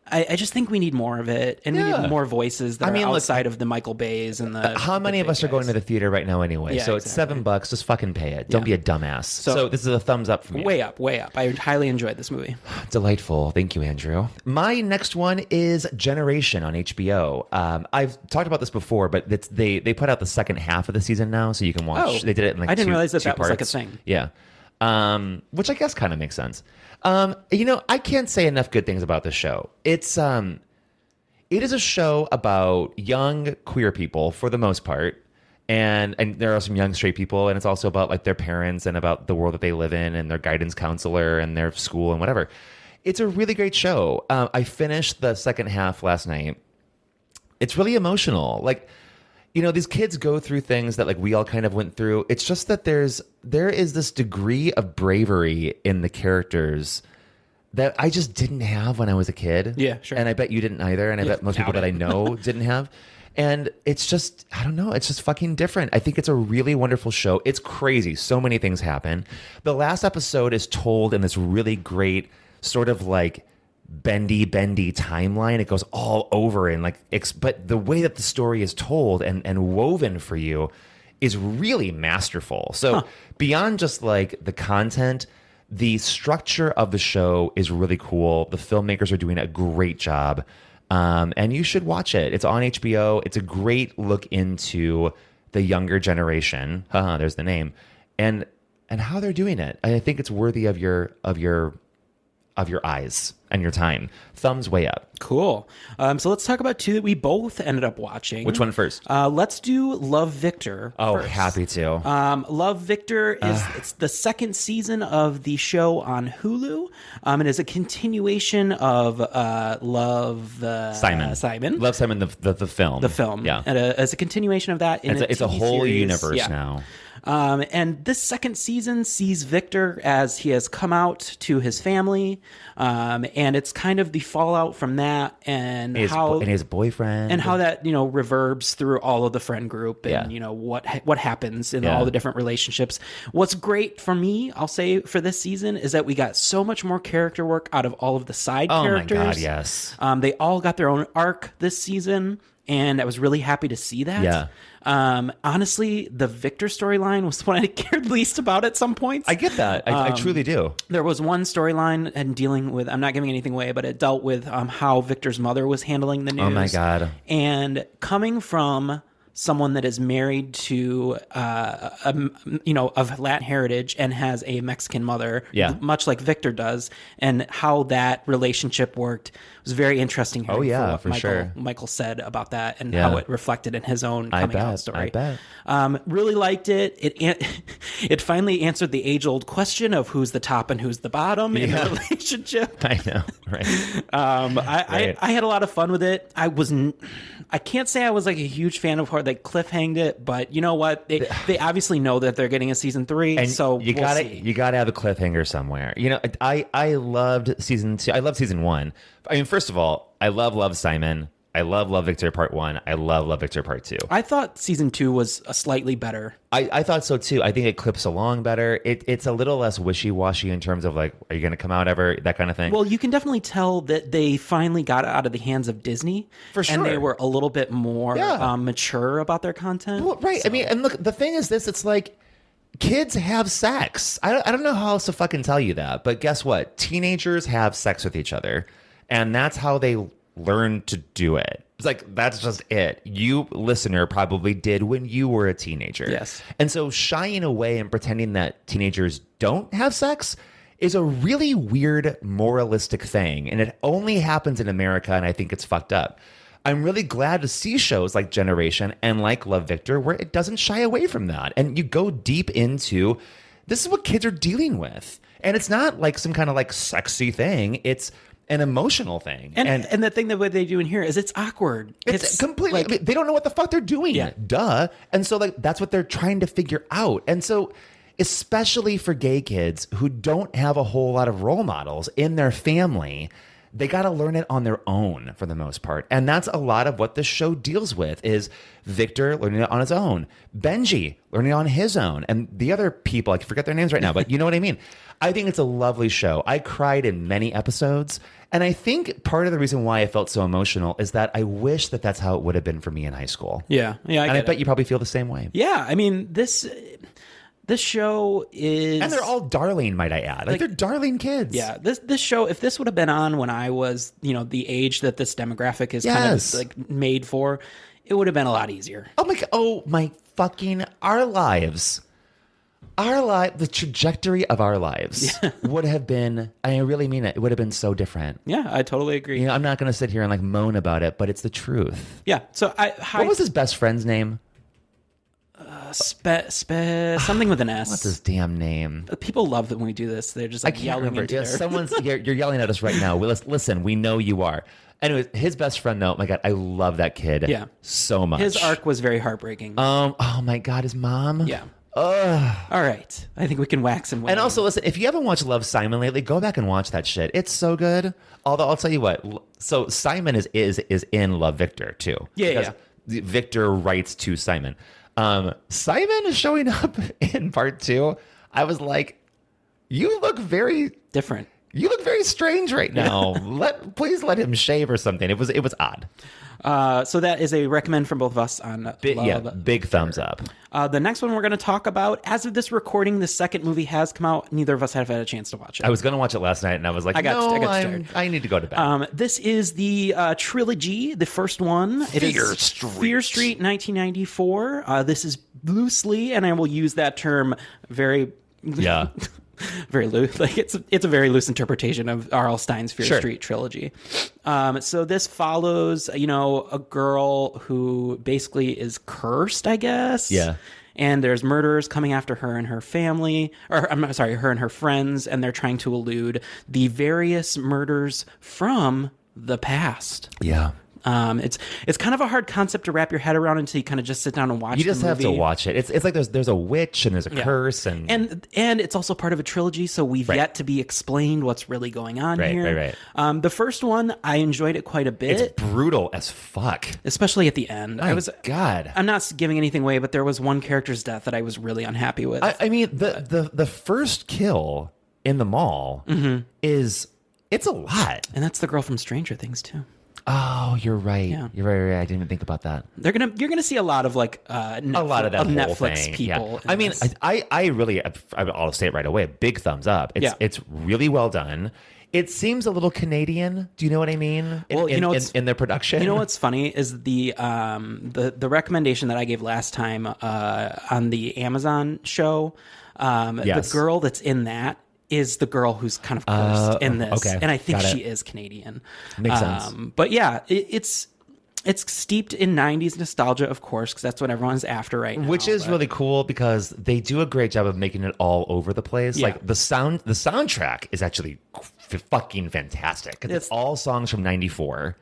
I, I just think we need more of it, and we
Yeah.
need more voices that
I mean,
are
look-
outside of the Michael Bays and the.
How many of us are going to the theater right now anyway?
Yeah,
so it's seven bucks. Just fucking pay it. Don't be a dumbass. So,
So-
this is a thumbs up from me.
Way up, way up. I highly enjoyed this movie.
Delightful. Thank you, Andrew. My next one is Generation on HBO. Um, I've talked about this before, but it's, they they put out the second half of the season now, so you can watch.
Oh.
they did it in like
I didn't
two-
realize that
two
that was, like, a
parts.
thing.
Yeah. Um, which I guess kind of makes sense. Um, you know, I can't say enough good things about this show. It's um, it is a show about young queer people for the most part and and there are some young straight people and it's also about like their parents and about the world that they live in and their guidance counselor and their school and whatever it's a really great show um, i finished the second half last night it's really emotional like you know these kids go through things that like we all kind of went through it's just that there's there is this degree of bravery in the characters that i just didn't have when i was a kid
Yeah, sure.
and i bet you didn't either and i
Yeah,
bet most people
doubt
that i
it.
know didn't have and it's just i don't know it's just fucking different i think it's a really wonderful show it's crazy so many things happen the last episode is told in this really great sort of like bendy bendy timeline it goes all over and like ex- but the way that the story is told and and woven for you is really masterful so beyond just like the content the structure of the show is really cool the filmmakers are doing a great job um, and you should watch it it's on hbo it's a great look into the younger generation Haha, there's the name and and how they're doing it And i think it's worthy of your of your of your eyes and your time. Thumbs way up.
Cool. Um, so let's talk about two that we both ended up watching.
Which one first?
Uh, let's do Love Victor.
Oh,
first.
happy to.
Um, Love Victor is it's the second season of the show on Hulu. Um, it is a continuation of uh, Love uh,
Simon.
Simon.
Love Simon, the, the, the film. The
film.
Yeah.
And a, as a continuation of that, in
it's a, it's a
TV
whole
series.
universe
Yeah.
now.
Um, and this second season sees Victor as he has come out to his family, um, and it's kind of the fallout from that, and
His,
how
bo- and his boyfriend.
and how that you know reverbs through all of the friend group and
Yeah.
you know what ha- what happens in
Yeah.
all the different relationships what's great for me i'll say for this season is that we got so much more character work out of all of the side
Oh my
characters
God, yes.
um, they all got their own arc this season and i was really happy to see that
Yeah.
um, honestly the victor storyline was the one i cared least about at some points
I get that. I, I
Um,
truly do.
there was one storyline and dealing with i'm not giving anything away but it dealt with um, how victor's mother was handling the news
Oh my God.
and coming from someone that is married to uh, a, you know of latin heritage and has a mexican mother
Yeah.
much like victor does and how that relationship worked was very interesting hearing
Oh, yeah,
from what
for
michael,
sure.
michael said about that and
Yeah.
how it reflected in his own
I
coming out
bet,
story
I bet.
um, really liked it. It an- it finally answered the age old question of who's the top and who's the bottom in
Yeah.
a relationship.
I know. Right.
Um, I,
Right.
I I had a lot of fun with it. I wasn't. I can't say I was like a huge fan of how they cliffhanged it, but you know what? They they obviously know that they're getting a season three,
And
so
you
we'll
gotta
see.
you gotta have a cliffhanger somewhere. You know, I I loved season two. I love season one. I mean, first of all, I love Love Simon. I love Love Victor Part One. I love Love Victor Part Two.
I thought season two was a slightly better.
I, I thought so too. I think it clips along better. It, it's a little less wishy washy in terms of like, are you going to come out ever? That kind of thing.
Well, you can definitely tell that they finally got it out of the hands of Disney.
For
And they
sure.
were a little bit more
Yeah.
um, mature about their content.
Well, right. I mean, and look, the thing is this it's like kids have sex. I don't, I don't know how else to fucking tell you that, but guess what? Teenagers have sex with each other, and that's how they learn to do it. It's like that's just it. You listener probably did when you were a teenager.
Yes.
And so shying away and pretending that teenagers don't have sex is a really weird moralistic thing. And it only happens in America. And I think it's fucked up. I'm really glad to see shows like Generation and like Love Victor where it doesn't shy away from that. And you go deep into this is what kids are dealing with. And it's not like some kind of like sexy thing, it's an emotional thing.
And, and the thing that what they do in here is it's awkward.
It's, completely. I mean, they don't know what the fuck they're doing. Duh. And so like that's what they're trying to figure out. And so especially for gay kids who don't have a whole lot of role models in their family, they got to learn it on their own for the most part. And that's a lot of what the show deals with is Victor learning it on his own, Benji learning it on his own, and the other people, I forget their names right now, but you know what I mean. I think it's a lovely show. I cried in many episodes. And I think part of the reason why I felt so emotional is that I wish that that's how it would have been for me in high school.
Yeah. Yeah. I
and I
get
bet
it.
you probably feel the same way.
Yeah. I mean, this this show is.
And they're all darling, might I add. Like,
Like-
they're darling kids.
Yeah, this this show, if this would have been on when I was, you know, the age that this demographic is
Yes.
kind of like made for, it would have been a lot easier.
Oh my g- oh my fucking our lives. Our life the trajectory of our lives would have been I really mean it, it would have been so different.
Yeah, I totally agree.
You know, I'm not gonna sit here and like moan about it, but it's the truth.
Yeah. So I high,
What was his best friend's name?
spe, spe, something with an S. Uh,
What's his damn name?
People love that when we do this. They're just
I
like
can't
yelling
remember.
into
Yeah,
their-
someone's you're, you're yelling at us right now. We, lis- listen, we know you are. Anyways, his best friend though, oh my God, I love that kid.
Yeah.
so much.
His arc was very heartbreaking.
Um. Oh my God, his mom.
Yeah.
Ugh.
All right. I think we can wax and wane.
uh. And also, listen, if you haven't watched Love Simon lately, go back and watch that shit. It's so good. Although I'll tell you what, l- so Simon is is is in Love Victor too.
Yeah,
Because
yeah.
the- Victor writes to Simon. Um, Simon is showing up in part two. I was like, you look very
different.
You look very strange right now. let please let him shave or something. It was it was odd.
Uh, so that is a recommend from both of us on
Bi-
Love.
yeah, big thumbs up.
Uh, the next one we're going to talk about, as of this recording, the second movie has come out. Neither of us have had a chance to watch it.
I was gonna watch it last night, and I was like,
I got-
no,
I got
I'm-
scared.
I need to go to bed.
Um, this is the uh, trilogy, the first one.
Fear Street.
Fear Street, 1994. Uh, this is loosely, and I will use that term very.
Yeah.
Very loose, like it's it's a very loose interpretation of R.L. Stein's Fear
Sure.
Street trilogy. Um, so this follows, you know, a girl who basically is cursed, I guess.
Yeah.
And there's murderers coming after her and her family, or I'm sorry, her and her friends, and they're trying to elude the various murders from the past.
yeah.
Um, it's it's kind of a hard concept to wrap your head around until you kind of just sit down and watch.
You just
the
have to
movie.
watch it. It's it's like there's there's a witch and there's a
Yeah.
curse and,
and and it's also part of a trilogy, so we've yet to be explained what's really going on
Right,
here.
right, right.
Um, the first one, I enjoyed it quite a bit.
it's brutal as fuck.
especially at the end.
My
I was
God.
I'm not giving anything away, but there was one character's death that I was really unhappy with.
I, I mean the, the the first kill in the mall
Mm-hmm.
is it's a lot.
and that's the girl from Stranger Things too.
Oh, you're right.
Yeah.
You're right, right, right. I didn't even think about that.
They're gonna you're gonna see a lot of like uh, Netflix,
a lot of that whole
Netflix
thing. yeah.
people. in
I mean,
this.
I, I I really I- I'll say it right away. Big thumbs up. It's
Yeah.
it's really well done. It seems a little Canadian. Do you know what I mean? In,
Well, you
in-
know,
in,
it's-
in their production.
You know what's funny is the um, the the recommendation that I gave last time uh, on the Amazon show. Um,
Yes.
The girl that's in that is the girl who's kind of cursed
Uh,
in this,
okay.
and I think
Got it.
she is Canadian. Um,
Makes sense.
But yeah, it, it's it's steeped in '90s nostalgia, of course, because that's what everyone's after right now.
which is
Oh, but-
really cool because they do a great job of making it all over the place.
Yeah.
Like the sound, the soundtrack is actually f- fucking fantastic. 'cause It's,
It's-
all songs from '94.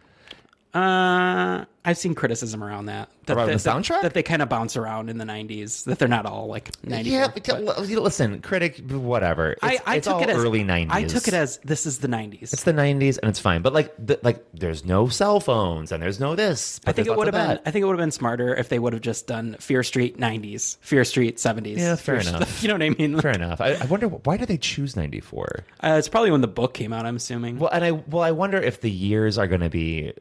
Uh, I've seen criticism around that. that
Around
that-
the soundtrack?
that they kind of bounce around in the '90s. That they're not all like '90s.
Yeah, because- well, you know, listen, critic, whatever. It's,
I, I
it's
took
all
it as
early '90s.
I took it as this is the '90s.
it's the '90s, and it's fine. But like, the, like, there's no cell phones, and there's no this.
I
but
think
there's
it would have
lots of
been.
that.
I think it would have been smarter if they would have just done Fear Street '90s, Fear Street '70s.
Yeah, fair
Fear-
enough.
You know what I mean?
Fair enough. I, I wonder why did they choose '94?
Uh, it's probably when the book came out. I'm assuming.
Well, and I well, I wonder if the years are going to be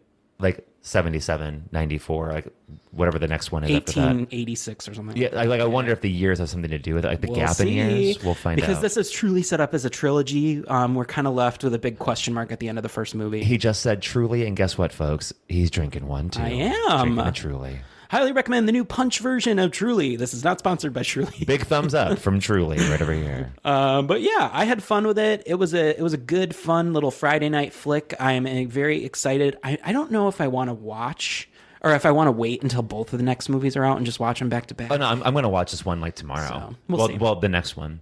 like 77, 94, like whatever the next one is after that.
1886 or something.
Yeah, I, like I wonder if the years have something to do with it, like the
We'll
gap in
see,
years. We'll find
because
out.
this is truly set up as a trilogy. Um, we're kind of left with a big question mark at the end of the first movie.
he just said truly, and guess what, folks? He's drinking one too.
I
Drinking
am.
a truly.
Highly recommend the new Punch version of Truly. This is not sponsored by Truly.
Big thumbs up from Truly right over here.
Um, but yeah, I had fun with it. It was a it was a good, fun little Friday night flick. I am uh, very excited. I, I don't know if I want to watch or if I want to wait until both of the next movies are out and just watch them back to back.
Oh no, I'm, I'm going to watch this one like tomorrow.
So, we'll
well,
see.
well, the next one.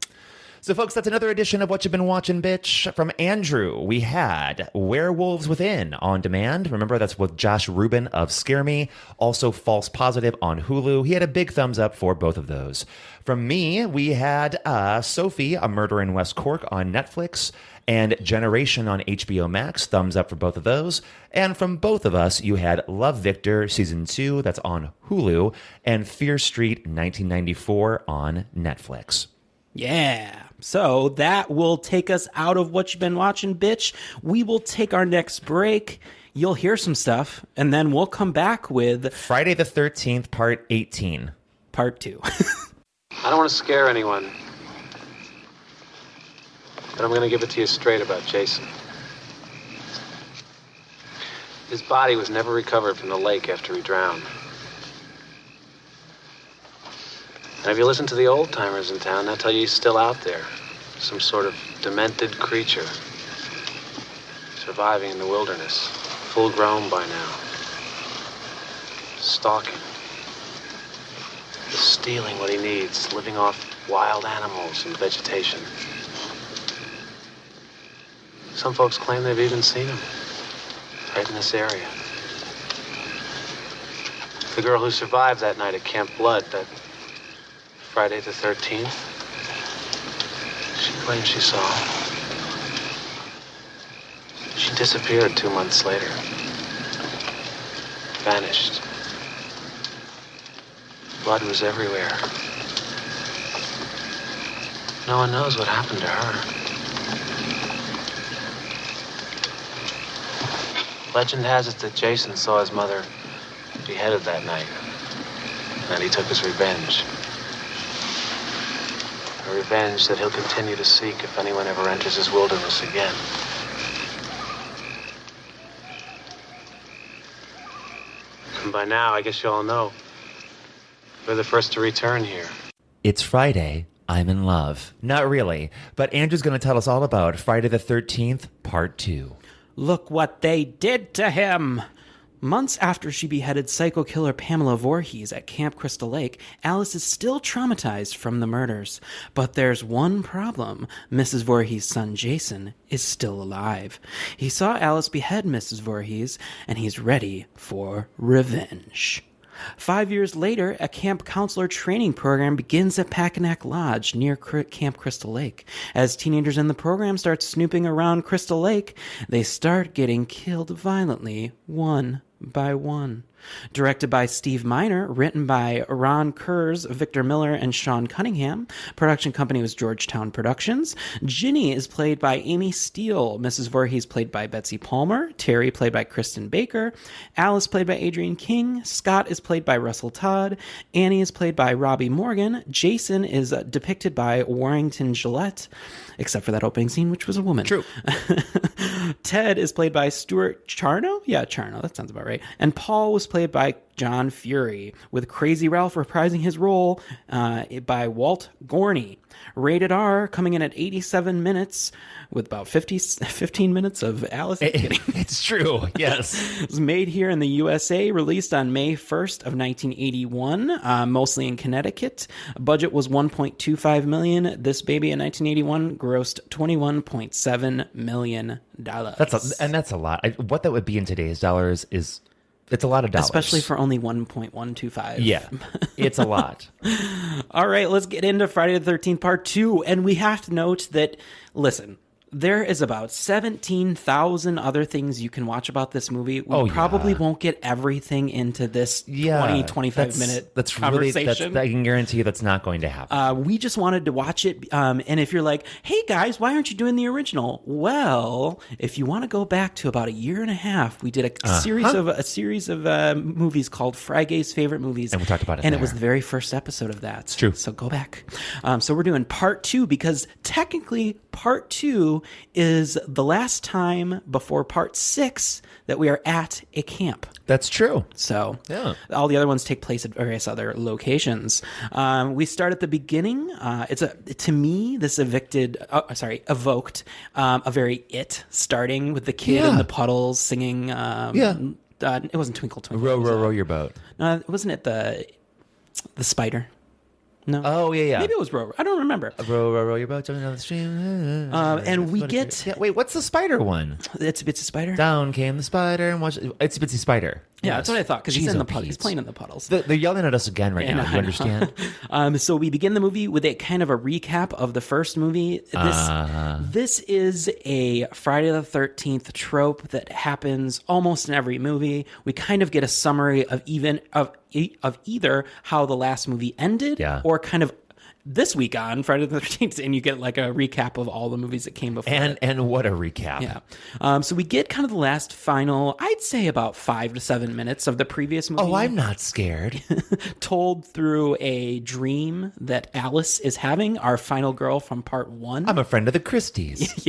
So, folks, that's another edition of What You've Been Watching, Bitch. From Andrew, we had Werewolves Within on demand. Remember, that's with Josh Rubin of Scare Me. Also, False Positive on Hulu. He had a big thumbs up for both of those. From me, we had uh, Sophie, A Murder in West Cork on Netflix, and Generation on HBO Max. Thumbs up for both of those. And from both of us, you had Love Victor Season 2, that's on Hulu, and Fear Street 1994 on Netflix.
Yeah. So that will take us out of what you've been watching, bitch. We will take our next break. You'll hear some stuff, and then we'll come back with
Friday the 13th, part 18.
Part two.
I don't want to scare anyone. But I'm going to give it to you straight about Jason. His body was never recovered from the lake after he drowned. And if you listen to the old timers in town, they'll tell you he's still out there. Some sort of demented creature. Surviving in the wilderness. Full grown by now. Stalking stealing what he needs, living off wild animals and vegetation. Some folks claim they've even seen him. right in this area. The girl who survived that night at Camp Blood, that Friday the 13th, she claims she saw. it. She disappeared two months later. Vanished. Blood was everywhere. No one knows what happened to her. Legend has it that Jason saw his mother beheaded that night, and he took his revenge. A revenge that he'll continue to seek if anyone ever enters his wilderness again. And by now, I guess you all know, we're the first to return here.
It's Friday. I'm in love. Not really, but Andrew's going to tell us all about Friday the 13th, part two.
Look what they did to him! Months after she beheaded psycho killer Pamela Voorhees at Camp Crystal Lake, Alice is still traumatized from the murders. But there's one problem Mrs. Voorhees' son Jason is still alive. He saw Alice behead Mrs. Voorhees, and he's ready for revenge. Five years later, a camp counselor training program begins at Packanack Lodge near Cr- Camp Crystal Lake. As teenagers in the program start snooping around Crystal Lake, they start getting killed violently, one by one. Directed by Steve Miner, written by Ron Kurz, Victor Miller, and Sean Cunningham. Production company was Georgetown Productions. Ginny is played by Amy Steele. Mrs. Voorhees played by Betsy Palmer. Terry played by Kristen Baker. Alice played by Adrian King. Scott is played by Russell Todd. Annie is played by Robbie Morgan. Jason is uh, depicted by Warrington Gillette, except for that opening scene, which was a woman. True. Ted is played by Stuart Charno. Yeah, Charno. That sounds about right. And Paul was played by John Fury, with Crazy Ralph reprising his role uh, by Walt Gorney. Rated R coming in at 87 minutes with about 50, 15 minutes of Alice.
Eh, it's true. Yes.
it was made here in the USA, released on May 1st of 1981, uh, mostly in Connecticut. Budget was 1.25 million. This baby in 1981 grossed 21.7 million dollars.
That's a, and that's a lot. I, what that would be in today's dollars is it's a lot of dollars.
Especially for only 1.125.
Yeah. It's a lot.
All right, let's get into Friday the 13th part 2 and we have to note that listen, there is about 17,000 other things you can watch about this movie. We
Oh, yeah.
probably won't get everything into this
Yeah,
twenty twenty-five 20 25
that's-
minute
that's
conversation.
Really, that's, I can guarantee you that's not going to happen.
Uh, we just wanted to watch it. Um, and if you're like, hey guys, why aren't you doing the original? Well, if you want to go back to about a year and a half, we did a
Uh-huh.
series of a series of uh, movies called Friday's favorite movies,
And we talked about it
And it
there.
was the very first episode of that. It's true. So go back. Um, so we're doing part two because technically part two is the last time before part six that we are at a camp.
That's true.
So
Yeah.
all the other ones take place at various other locations. Um, we start at the beginning. Uh, it's a to me this evicted, uh, sorry, evoked um, a very it starting with the kid in
Yeah.
the puddles singing. Um,
Yeah.
uh, it wasn't Twinkle Twinkle.
row,
was
row,
it?
row your boat.
No, wasn't it the the spider? No.
Oh yeah, yeah.
Maybe it was row. I don't remember.
Row, row, row your boat, jumping down the stream.
Um, and we get
yeah, wait. What's the spider one?
It's a bitsy spider.
Down came the spider and watched. It's a bitsy spider.
Yeah, that's what I thought because he's in the puddles.
puddles.
He's playing in the puddles.
They're yelling at us again right
Yeah, I
now. You
know.
understand?
um, so we begin the movie with a kind of a recap of the first movie. This
Uh-huh.
this is a Friday the Thirteenth trope that happens almost in every movie. We kind of get a summary of even of e- of either how the last movie ended,
Yeah.
or kind of this week on Friday the Thirteenth, and you get like a recap of all the movies that came before.
and
it.
and what a recap.
Yeah. Um, so we get kind of the last final, I'd say about five to seven minutes of the previous movie.
Oh, I'm not scared.
told through a dream that Alice is having, our final girl from part one.
I'm a friend of the Christies.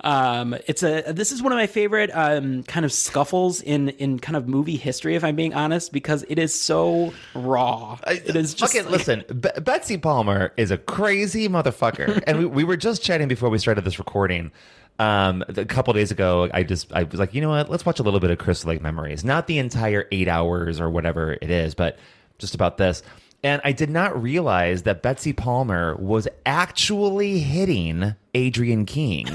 Um, it's a this is one of my favorite um, kind of scuffles in in kind of movie history, if I'm being honest, because it is so raw. it is just
Fucking
like-
listen, Be- Betsy Palmer is a crazy motherfucker, and we, we were just chatting before we started this recording. Um, a couple days ago, I just I was like, you know what? Let's watch a little bit of Crystal Lake Memories, not the entire eight hours or whatever it is, but just about this. And I did not realize that Betsy Palmer was actually hitting Adrian King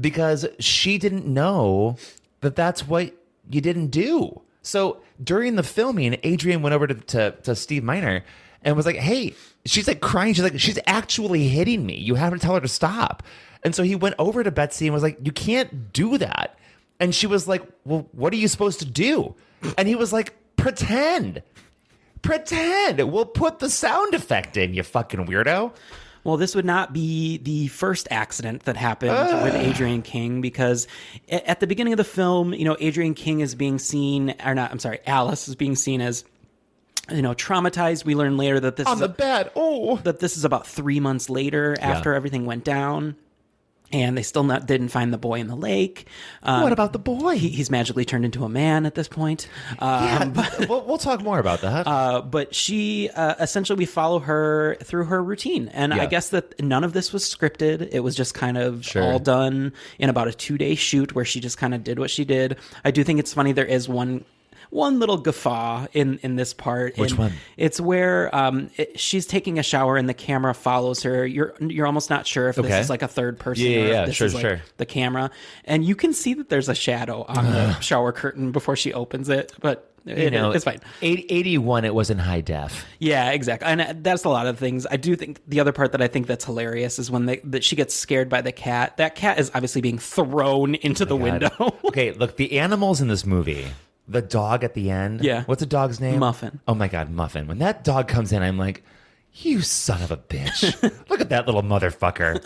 because she didn't know that that's what you didn't do. So during the filming, Adrian went over to, to, to Steve Miner and was like, hey, she's like crying. She's like, she's actually hitting me. You have to tell her to stop. And so he went over to Betsy and was like, you can't do that. And she was like, well, what are you supposed to do? And he was like, pretend. Pretend. We'll put the sound effect in, you fucking weirdo.
Well, this would not be the first accident that happened
Ugh.
with Adrian King because a- at the beginning of the film, you know, Adrian King is being seen, or not, I'm sorry, Alice is being seen as, you know, traumatized. We learn later that this
On
is
the bed. Oh,
that this is about three months later
Yeah.
after everything went down. And they still not didn't find the boy in the lake. Um,
What about the boy?
He, he's magically turned into a man at this point. Um,
Yeah, we'll, we'll talk more about that.
uh, but she uh, essentially we follow her through her routine, and
Yeah.
I guess that none of this was scripted. It was just kind of
Sure.
all done in about a two day shoot where she just kind of did what she did. I do think it's funny there is one. One little guffaw in in this part.
Which
and
one?
It's where um it, she's taking a shower and the camera follows her. You're you're almost not sure if
Okay.
this is like a third person
Yeah,
or
yeah,
if
yeah.
this
Sure,
is like
sure.
the camera, and you can see that there's a shadow on the shower curtain before she opens it. But
you
it-
know,
it's fine.
80, 81, it was in high def.
Yeah, exactly. And uh, that's a lot of things. I do think the other part that I think that's hilarious is when they, that she gets scared by the cat. That cat is obviously being thrown into the window.
okay, look, the animals in this movie, the dog at the end.
Yeah.
What's the dog's name?
Muffin.
Oh my God, Muffin. When that dog comes in, I'm like, you son of a bitch. look at that little motherfucker.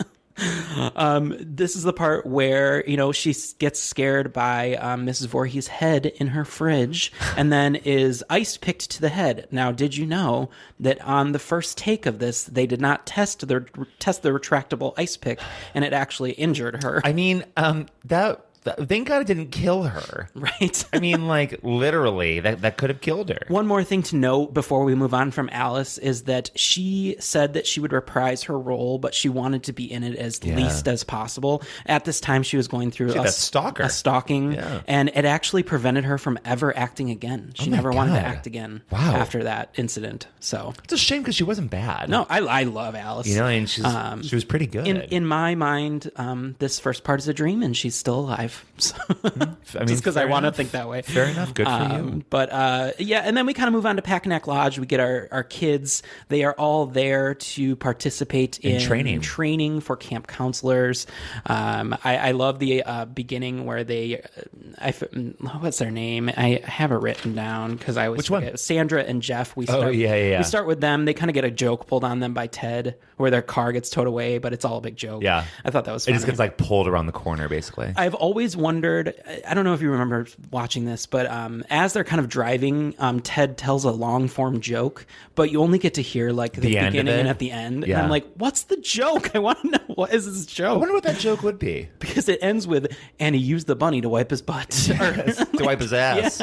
Um, this is the part where you know she s- gets scared by um, Mrs. Voorhees' head in her fridge, and then is ice picked to the head. Now, did you know that on the first take of this, they did not test their test the retractable ice pick, and it actually injured her.
I mean, um, that, that- thank God it didn't kill her.
Right.
I mean, like, literally, that, that could have killed her.
One more thing to note before we move on from Alice is that she said that she would reprise her role, but she wanted to be in it as
Yeah.
least as possible. At this time, she was going through
She
a,
had that
s-
stalker.
a stalking,
Yeah.
and it actually prevented her from ever acting again. She
Oh my
never wanted to
God.
act again
Wow.
after that incident. So
It's a shame because she wasn't bad.
no, I, I love Alice.
You know, and she's,
Um,
she was pretty good.
in in my mind, um, this first part is a dream, and she's still alive. So
Hmm. mean,
just because I
fair
want to
enough.
think that way.
Fair enough. Good for you.
But uh, yeah, and then we kind of move on to Packanack Lodge. We get our our kids. They are all there to participate
In
in,
training.
training for camp counselors. Um, I, I love the uh, beginning where they, uh, I f- mm, what's their name? I have it written down because I always
Which one?
forget. Sandra and Jeff. We
Oh,
start,
yeah, yeah, yeah.
We start with them. They kind of get a joke pulled on them by Ted, where their car gets towed away, but it's all a big joke.
Yeah.
I thought that was.
It
Funny.
just gets like pulled around the corner, basically.
I've always wondered. I- I don't know if you remember watching this, but um, as they're kind of driving, um, Ted tells a long form joke, but you only get to hear like the,
The end of
beginning
it?
and at the end. And
Yeah.
I'm like, what's the joke? I want to know what is this joke?
I wonder what that joke would be.
because it ends with and he used the bunny to wipe his butt. Or-
to wipe his ass.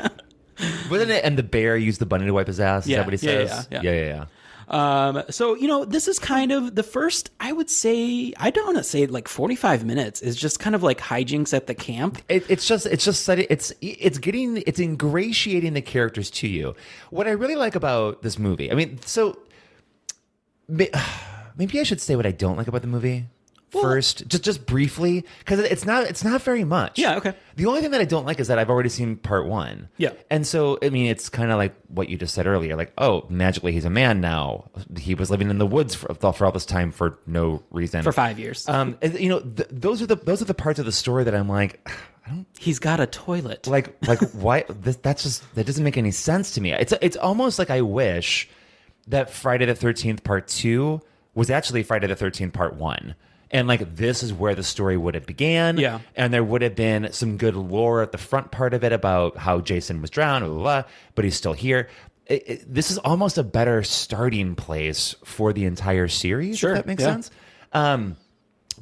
Wasn't it? And the bear used the bunny to wipe his ass. Is
Yeah,
that what he
yeah,
says?
yeah,
yeah.
yeah. Um, so you know, this is kind of the first. I would say I don't want to say like forty five minutes is just kind of like hijinks at the camp.
It, it's just, it's just, set- it's, it's getting, it's ingratiating the characters to you. What I really like about this movie, I mean, so may- maybe I should say what I don't like about the movie first, just, just briefly, because it's not, it's not very much.
Yeah, okay.
The only thing that I don't like is that I've already seen part one.
Yeah.
And so, I mean, it's kind of like what you just said earlier. Like, oh, magically he's a man now. He was living in the woods for, for all this time for no reason.
For five years.
Um, and, you know, th- those are the those are the parts of the story that I'm like, I don't.
He's got a toilet.
Like, like why? This, that's just that doesn't make any sense to me. It's it's almost like I wish that Friday the Thirteenth Part Two was actually Friday the Thirteenth Part One. And like this is where the story would have began,
Yeah.
And there would have been some good lore at the front part of it about how Jason was drowned, blah, blah, blah, but he's still here. It- it- this is almost a better starting place for the entire series. Sure, if that makes
yeah.
sense. Um,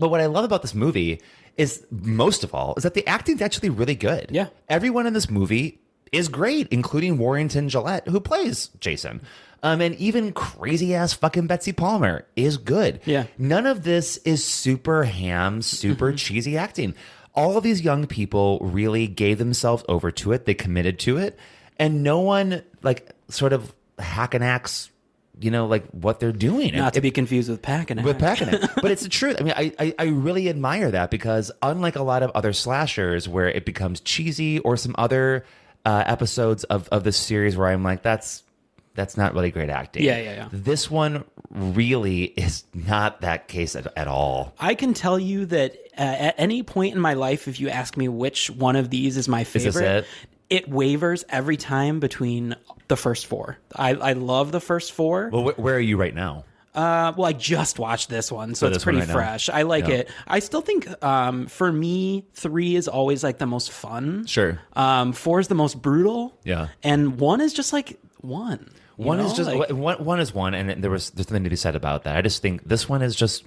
but what I love about this movie is most of all is that the acting's actually really good. Yeah. Everyone in this movie is great, including Warrington Gillette, who plays Jason. Um, and even crazy ass fucking Betsy Palmer is good. Yeah. None of this is super ham, super cheesy acting. All of these young people really gave themselves over to it. They committed to it. And no one like sort of hack and axe you know, like what they're doing.
Not to be confused with Pack and
with Pack and Hack. but it's the truth. I mean, I, I I really admire that because unlike a lot of other slashers where it becomes cheesy or some other uh, episodes of of this series where I'm like, that's that's not really great acting.
Yeah, yeah, yeah.
This one really is not that case at, at all.
I can tell you that uh, at any point in my life, if you ask me which one of these is my
this
favorite,
it?
it wavers every time between the first four. I, I love the first four.
Well, wh- where are you right now?
Uh, well, I just watched this one, so
Oh,
it's
this one
pretty
right now.
fresh. I like
Yeah.
it. I still think, um, for me, three is always like the most fun.
Sure.
Um, four is the most brutal,
Yeah.
and one is just like one. you
One is
know?
just
Like-
one, one is one, and there was there's something to be said about that. I just think this one is just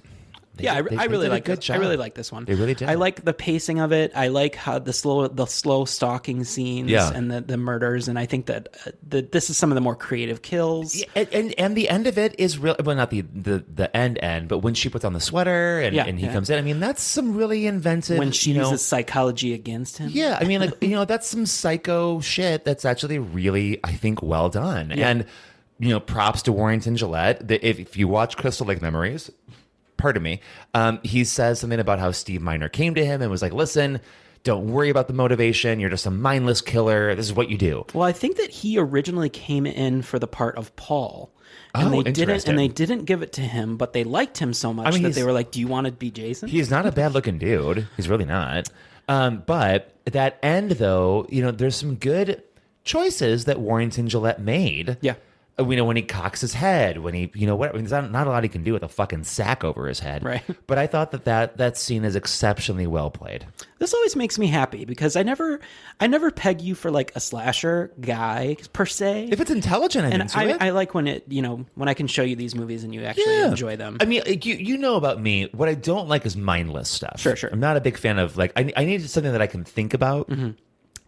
they
yeah, I,
did- they-
I
they
really
did a
like
good
good I
job.
really like this one.
They really did.
I like the pacing of it. I like how the slow the slow stalking scenes
Yeah.
and the, the murders and I think that uh, that this is some of the more creative kills.
Yeah, and, and and the end of it is real. Well, not the the the end end, but when she puts on the sweater and,
Yeah,
and he
yeah.
comes in. I mean, that's some really inventive.
when she
you know,
uses psychology against him.
Yeah, I mean, like you know, that's some psycho shit. That's actually really, I think, well done.
Yeah.
And you know, props to Warrington Gillette. The, if, if you watch Crystal Lake Memories, pardon me, um, he says something about how Steve Miner came to him and was like, "Listen, don't worry about the motivation. You're just a mindless killer. This is what you do."
Well, I think that he originally came in for the part of Paul. And
Oh,
they didn't
interesting.
and they didn't give it to him, but they liked him so much
I mean,
that
he's-
they were like, "Do you want to be Jason?"
He's not a bad looking dude. He's really not. Um, but at that end, though, you know, there's some good choices that Warrington Gillette made.
Yeah.
Uh, You know, when he cocks his head, when he, you know, what, I mean, there's not, not a lot he can do with a fucking sack over his head.
Right.
But I thought that that, that scene is exceptionally well played.
This always makes me happy because I never, I never peg you for like a slasher guy per se.
If it's intelligent, I'm
and
into
I,
it.
I like when it, you know, when I can show you these movies and you actually enjoy them.
I mean, like, you you know about me. What I don't like is mindless stuff. Sure, sure. I'm not a big fan of like I I need something that I can think about.
Mm-hmm.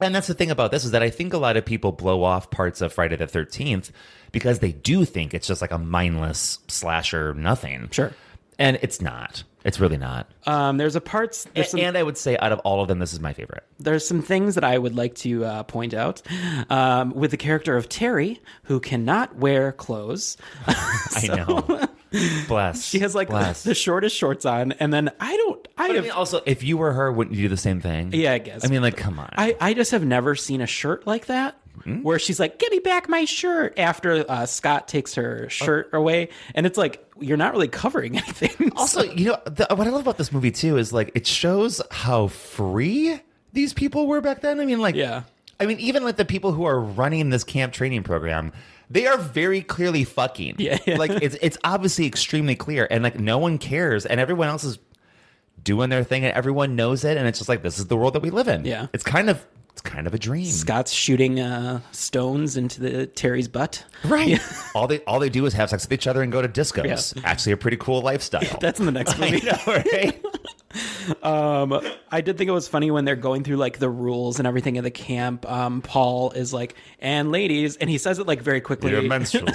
And that's the thing about this is that I think a lot of people blow off parts of Friday the Thirteenth because they do think it's just like a mindless slasher nothing. Sure. And it's not. It's really not.
Um, there's a parts,
And,
there's some,
and I would say out of all of them, this is my favorite.
there's some things that I would like to uh, point out um, with the character of Terry who cannot wear clothes.
I know. Bless.
She has like the,
Bless.
the shortest shorts on, and then I don't. I
But I
have,
mean, also, if you were her, wouldn't you do the same thing?
Yeah, I guess.
I mean, like, come on.
I, I just have never seen a shirt like that
Hmm?
where she's like, "Give me back my shirt!" After uh, Scott takes
Oh.
her shirt away, and it's like you're not really covering anything.
Also, you know the, what I love about this movie too is like it shows how free these people were back then. I mean, like, yeah, I mean, even like the people who are running this camp training program, they are very clearly fucking. Yeah, like it's it's obviously extremely clear, and like no one cares, and everyone else is doing their thing, and everyone knows it, and it's just like this is the world that we live in.
Yeah.
it's kind of it's kind of a dream.
Scott's shooting uh, stones into the Terry's butt.
Right. all they all they do is have sex with each other and go to discos. Actually, a pretty cool lifestyle.
That's in the next movie. um, I did think it was funny when they're going through like the rules and everything in the camp. Um, Paul is like, and ladies, and he says it like very quickly.
Your menstrual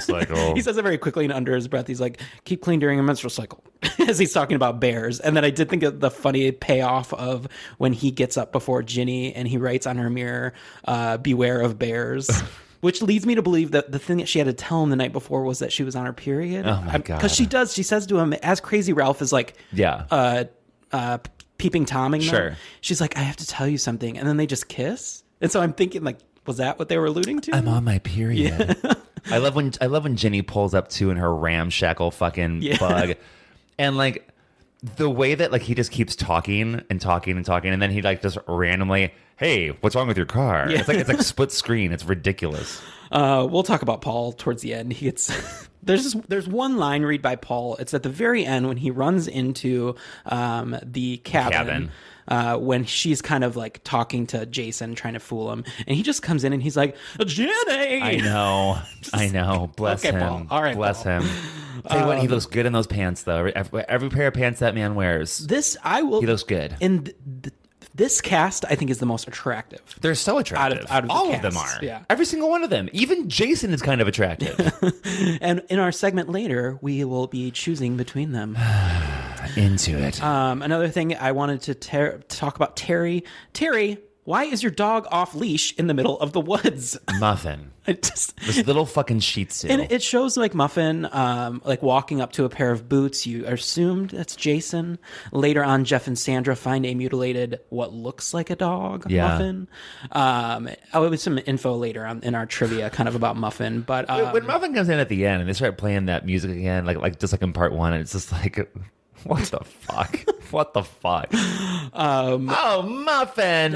cycle.
he says it very quickly and under his breath. He's like, keep clean during your menstrual cycle as he's talking about bears. And then I did think of the funny payoff of when he gets up before Ginny and he writes on her mirror, uh, beware of bears. Which leads me to believe that the thing that she had to tell him the night before was that she was on her period.
Oh my God.
Because she does. She says to him, as Crazy Ralph is like,
Yeah.
uh, uh, peeping tomming. them.
Sure.
She's like, I have to tell you something, and then they just kiss. And so I'm thinking, like, was that what they were alluding to?
I'm on my period. I love when I love when Jenny pulls up too in her ramshackle fucking
Yeah.
bug, and like the way that like he just keeps talking and talking and talking, and then he like just randomly, hey, what's wrong with your car?
Yeah.
It's like it's like split screen. It's ridiculous.
Uh, we'll talk about Paul towards the end. He gets there's this, there's one line read by Paul. It's at the very end when he runs into um, the cabin.
Cabin.
Uh, when she's kind of like talking to Jason, trying to fool him, and he just comes in and he's like, "Jenny."
I know, I know. Bless
Okay,
him.
Paul. All right,
bless
Paul.
him. Tell you what, he
Um,
looks good in those pants though. Every, every pair of pants that man wears,
This I will.
he looks good.
And th- th- this cast, I think, is the most attractive.
They're so attractive.
out of the
all of them
casts,
are.
yeah.
Every single one of them. Even Jason is kind of attractive.
And in our segment later, we will be choosing between them.
Into it.
Um, another thing I wanted to ter- talk about Terry. Terry why is your dog off leash in the middle of the woods?
Muffin.
It just
this little fucking Shih Tzu.
And it shows like Muffin, um, like walking up to a pair of boots. You are assumed that's Jason. Later on, Jeff and Sandra find a mutilated, what looks like a dog,
Yeah.
Muffin. Um, oh, it was some info later on in our trivia, kind of about Muffin. But
When-
um,
when Muffin comes in at the end and they start playing that music again, like like just like in part one, and it's just like, what the fuck? what the fuck?
um,
oh, Muffin.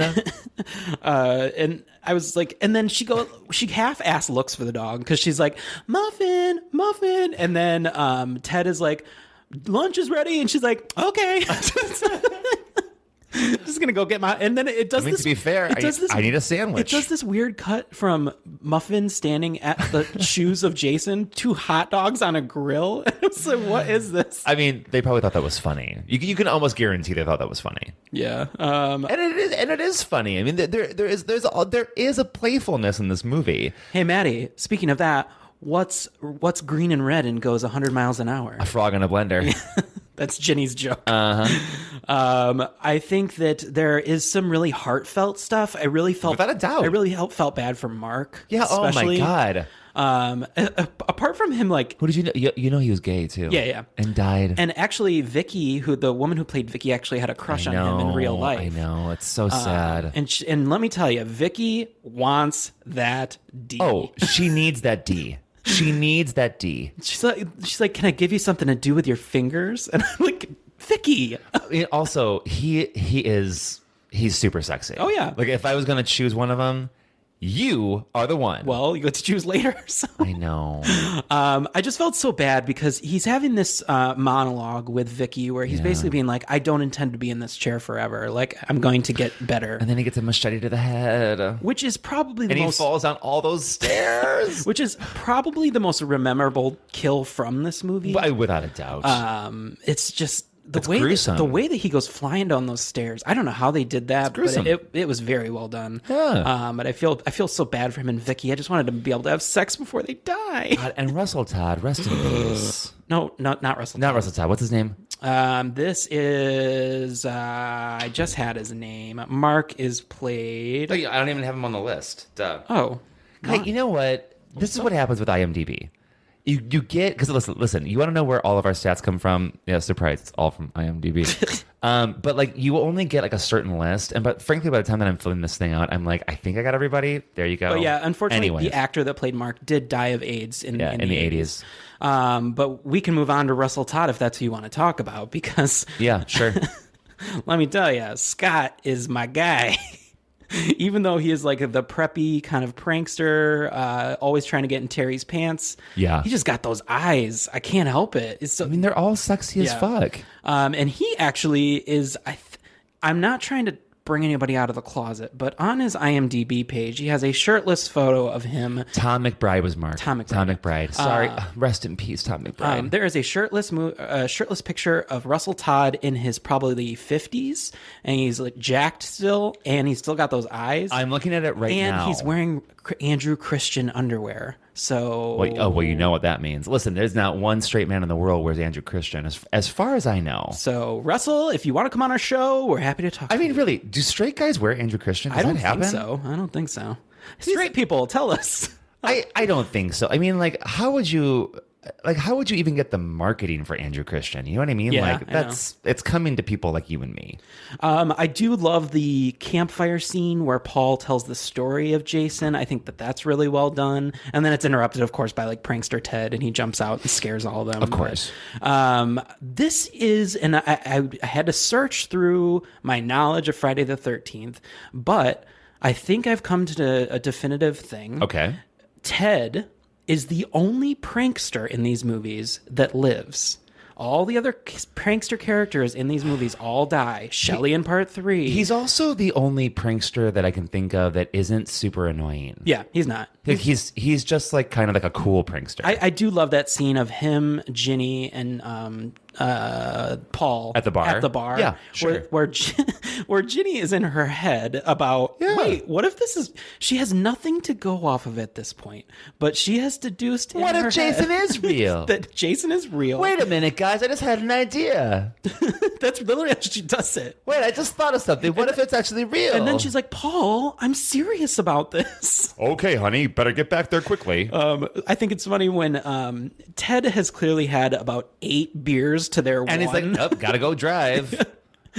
uh, and I was like, and then she go, she half ass looks for the dog because she's like, Muffin, Muffin, and then um, Ted is like, lunch is ready, and she's like, okay. Just gonna go get my, and then it does
I mean,
this.
to be fair,
it
I-
does
I need a
It
sandwich.
does this weird cut from Muffin standing at the shoes of Jason to hot dogs on a grill. it's like, what is this?
I mean, they probably thought that was funny. You, can- you can almost guarantee they thought that was funny.
Yeah, um,
and it is, and it is funny. I mean, there- there there is there's a, there is a playfulness in this movie.
Hey, Maddie. Speaking of that, what's what's green and red and goes 100 miles an hour?
A frog in a blender.
That's Jenny's joke.
Uh-huh.
Um, I think that there is some really heartfelt stuff. I really felt
Without a doubt.
I really help, felt bad for Mark.
Yeah.
especially.
Oh my god.
Um, a- a- apart from him, like
who did you know? You, you know he was gay too.
Yeah, yeah.
And died.
And actually, Vicky, who the woman who played Vicky, actually had a crush
I
on him in real
know,
life.
I know. It's so
Um,
sad.
and sh- and let me tell you, Vicky wants that D.
Oh, she needs that D. She needs that D.
She's like, she's like, can I give you something to do with your fingers? And I'm like, Vicky.
I mean, also, he he is he's super sexy.
Oh, yeah.
Like if I was gonna choose one of them, you are the one.
Well, you get to choose later. So.
I know.
Um, I just felt so bad because he's having this uh, monologue with Vicky where he's basically being like, I don't intend to be in this chair forever. Like, I'm going to get better.
And then he gets a machete to the head.
Which is probably the
and
most-
he falls down all those stairs.
Which is probably the most memorable kill from this movie.
I- without a doubt.
Um, it's just the
It's
way
gruesome.
That, the way that he goes flying down those stairs. I don't know how they did that, but
gruesome.
it, it, was very well done.
Yeah.
Um, but I feel I feel so bad for him and Vicky. I just wanted to be able to have sex before they die.
God, and Russell Todd, rest in peace.
No, not not Russell.
Not Russell Todd. What's his name?
Um, this is uh, I just had his name. Mark is played.
Oh, I don't even have him on the list. Duh.
Oh,
Hey, you know what? This is what happens with IMDb. You you get because listen listen. You want to know where all of our stats come from? Yeah, surprise! It's all from IMDb. um, but like you only get like a certain list, and but frankly, by the time that I'm filling this thing out, I'm like, I think I got everybody. There you go.
But yeah, unfortunately,
oh, Anyways.
the actor that played Mark did die of AIDS in,
Yeah, in the 80s.
Um, but we can move on to Russell Todd if that's who you want to talk about, because
yeah, sure.
let me tell you, Scott is my guy. Even though he is like the preppy kind of prankster, uh, always trying to get in Terry's pants.
Yeah.
He just got those eyes. I can't help it. It's so, I
mean, they're all sexy as fuck.
Um, and he actually is, I th- I'm not trying to bring anybody out of the closet, but on his IMDb page, he has a shirtless photo of him
Tom McBride was marked.
Tom McBride.
Sorry,
Uh,
rest in peace, Tom McBride.
Um, there is a shirtless mo- uh, shirtless picture of Russell Todd in his probably the 50s, and he's like jacked still, and he's still got those eyes.
I'm looking at it right
and
now.
he's wearing Cr- Andrew Christian underwear. So
Well, oh well, you know what that means. Listen, there's not one straight man in the world wears Andrew Christian, as, as far as I know.
so Russell, if you want to come on our show, we're happy to talk.
I mean, really, do straight guys wear Andrew Christian? Does
I don't
that happen?
think so. I don't think so. Straight people, tell us.
I, I don't think so. I mean, like, how would you, like, how would you even get the marketing for Andrew Christian? You know what I mean?
Yeah, I
like,
know.
that's it's coming to people like you and me.
Um, I do love the campfire scene where Paul tells the story of Jason. I think that that's really well done. And then it's interrupted, of course, by like prankster Ted, and he jumps out and scares all of them. Of
course.
um, this is, and I, I, I had to search through my knowledge of Friday the Thirteenth, but I think I've come to a definitive thing.
Okay.
Ted is the only prankster in these movies that lives. All the other c- prankster characters in these movies all die. Shelley in part three.
He's also the only prankster that I can think of that isn't super annoying.
yeah, he's not.
Like, he's he's just like kind of like a cool prankster.
I, I do love that scene of him, Ginny, and um, uh, Paul
At the bar.
At the bar.
Yeah, sure.
Where where, Gi- where Ginny is in her head about wait, what if this is? She has nothing to go off of at this point, but she has deduced. in
What if
her
Jason
head
is real?
that Jason is real.
Wait a minute, guys. I just had an idea.
That's literally how she does it.
Wait, I just thought of something. What if it's actually real?
And then she's like, Paul, I'm serious about this.
okay, honey, better get back there quickly.
Um, I think it's funny when um, Ted has clearly had about eight beers to their
And he's
one.
like, nope, gotta go drive.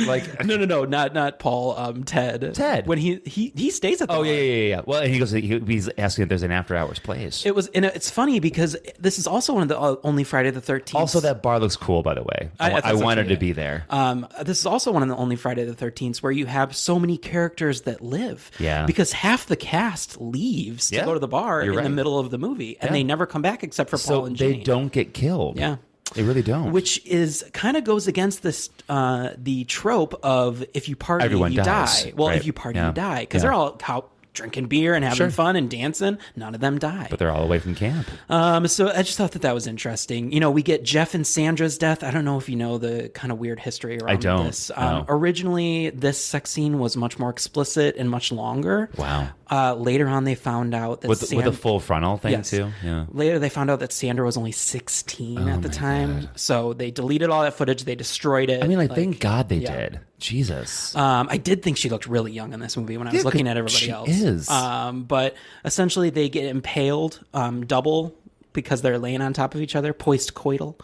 like,
no, no, no, not not Paul. Um, Ted.
Ted.
When he he he stays at the.
oh, yeah, yeah, yeah, yeah. Well, and he goes, he, he's asking if there's an after hours place.
It was and it's funny because this is also one of the uh, only Friday the Thirteenth.
also, that bar looks cool, by the way.
I- I
I,
thought so,
wanted
too,
to be there.
Um, this is also one of the only Friday the 13th where you have so many characters that live.
Yeah.
Because half the cast leaves to
Yeah.
go to the bar
You're
in the
right.
middle of the movie and
Yeah.
they never come back except for
So
Paul and
they
Ginny.
don't get killed.
Yeah.
They really don't.
Which is kind of goes against this uh, the trope of if you party,
Everyone
you
dies.
die. Well, if
Right.
you party,
Yeah.
you die. Because
Yeah.
they're all out drinking beer and having
Sure.
fun and dancing. None of them die.
but they're all away from camp.
Um, so I just thought that that was interesting. You know, we get Jeff and Sandra's death. I don't know if you know the kind of weird history around
I don't,
this. Um,
no.
Originally, this sex scene was much more explicit and much longer.
Wow.
Uh, later on, they found out that
With,
San-
with a full frontal thing,
Yes.
too. Yeah. Oh
Later, they found out that Sandra was only 16 at the time. So they deleted all that footage. They destroyed it.
I mean, like,
Like,
thank God they
yeah.
did. Jesus.
Um, I did think she looked really young in this movie when I was
Yeah,
looking
good-
at everybody
she
else.
is.
Um, but essentially, they get impaled um, double because they're laying on top of each other, poised coital.